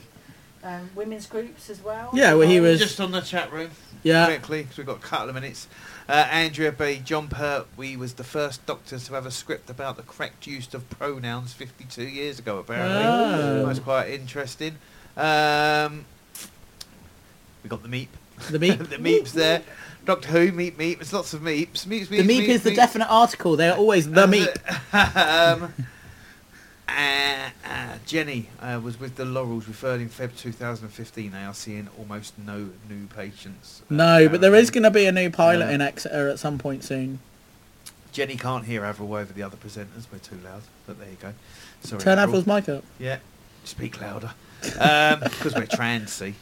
Speaker 3: um, women's groups as well.
Speaker 2: Yeah, well, he was-
Speaker 1: Just on the chat room.
Speaker 2: Yeah.
Speaker 1: quickly because we've got a couple of minutes. Uh, Andrea B. John Pert, we was the first doctor to have a script about the correct use of pronouns 52 years ago, apparently.
Speaker 2: Oh.
Speaker 1: That's quite interesting. Um, we got the meep. the
Speaker 2: The meep.
Speaker 1: meep's there. Doctor Who, meep, meep. There's lots of meeps. Meeps, meeps,
Speaker 2: The meep is the
Speaker 1: meep.
Speaker 2: definite article. They're always the
Speaker 1: Uh,
Speaker 2: meep.
Speaker 1: um, uh, uh, Jenny uh, was with the Laurels, referred in Feb 2015. They are seeing almost no new patients. uh,
Speaker 2: No, but there
Speaker 1: apparently.
Speaker 2: is going to be a new pilot
Speaker 1: Yeah.
Speaker 2: in Exeter at some point soon.
Speaker 1: Jenny can't hear Avril over the other presenters. We're too loud. But there you go. Sorry,
Speaker 2: Turn
Speaker 1: Avril.
Speaker 2: Avril's mic up.
Speaker 1: Yeah. Speak louder. Because we're transy.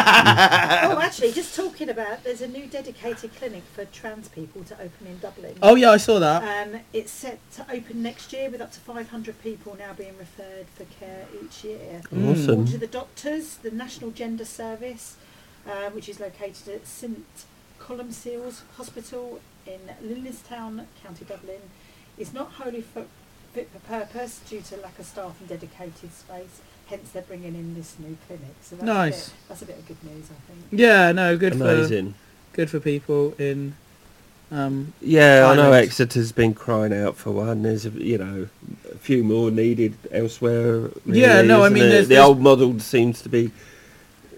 Speaker 3: Oh, actually, just talking about there's a new dedicated clinic for trans people to open in Dublin.
Speaker 2: Oh yeah, I saw
Speaker 1: Uh,
Speaker 2: that.
Speaker 3: Um, it's set to open next year with up to 500 people now being referred for care each year.
Speaker 2: Mm.
Speaker 3: All to
Speaker 4: Mm. Awesome.
Speaker 3: the doctors, the National Gender Service, uh, which is located at St Columcille's Hospital in Lillistown, County Dublin, is not wholly for, fit for purpose due to lack of staff and dedicated space. Hence, they're bringing in this new clinic. So that's
Speaker 2: Nice.
Speaker 3: A bit, that's a bit of good news, I think.
Speaker 2: Yeah, no, good for
Speaker 4: Amazing.
Speaker 2: good for people in. Um,
Speaker 4: Yeah, I know
Speaker 2: Finance.
Speaker 4: Exeter's been crying out for one. There's, a, you know, a few more needed elsewhere. Really,
Speaker 2: Yeah, no, I
Speaker 4: isn't
Speaker 2: mean,
Speaker 4: it?
Speaker 2: there's-
Speaker 4: the
Speaker 2: there's-
Speaker 4: old model seems to be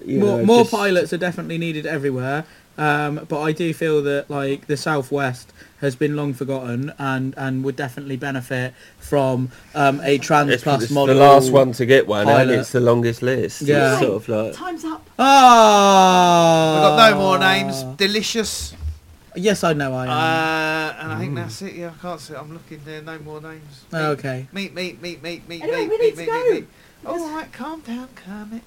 Speaker 4: you
Speaker 2: more
Speaker 4: know,
Speaker 2: more
Speaker 4: just-
Speaker 2: pilots are definitely needed everywhere, um, but I do feel that like the southwest has been long forgotten and and would definitely benefit from um, a trans
Speaker 4: It's,
Speaker 2: plus
Speaker 4: it's
Speaker 2: model.
Speaker 4: the last one to get one,
Speaker 2: pilot.
Speaker 4: and it's the longest list.
Speaker 2: Yeah.
Speaker 4: It's sort of like
Speaker 3: Time's up.
Speaker 2: Ah,
Speaker 1: We've got no more names. Delicious.
Speaker 2: Yes, I know I
Speaker 1: Uh,
Speaker 2: am.
Speaker 1: and I think that's it. Yeah, I can't see. it. I'm looking there. No more names.
Speaker 2: hmm. Oh, okay.
Speaker 1: Meet, meet, meet, meet, meet,
Speaker 3: Anyway,
Speaker 1: meet,
Speaker 3: we
Speaker 1: meet,
Speaker 3: need
Speaker 1: meet,
Speaker 3: to
Speaker 1: meet,
Speaker 3: go.
Speaker 1: meet. All right, calm down, Kermit.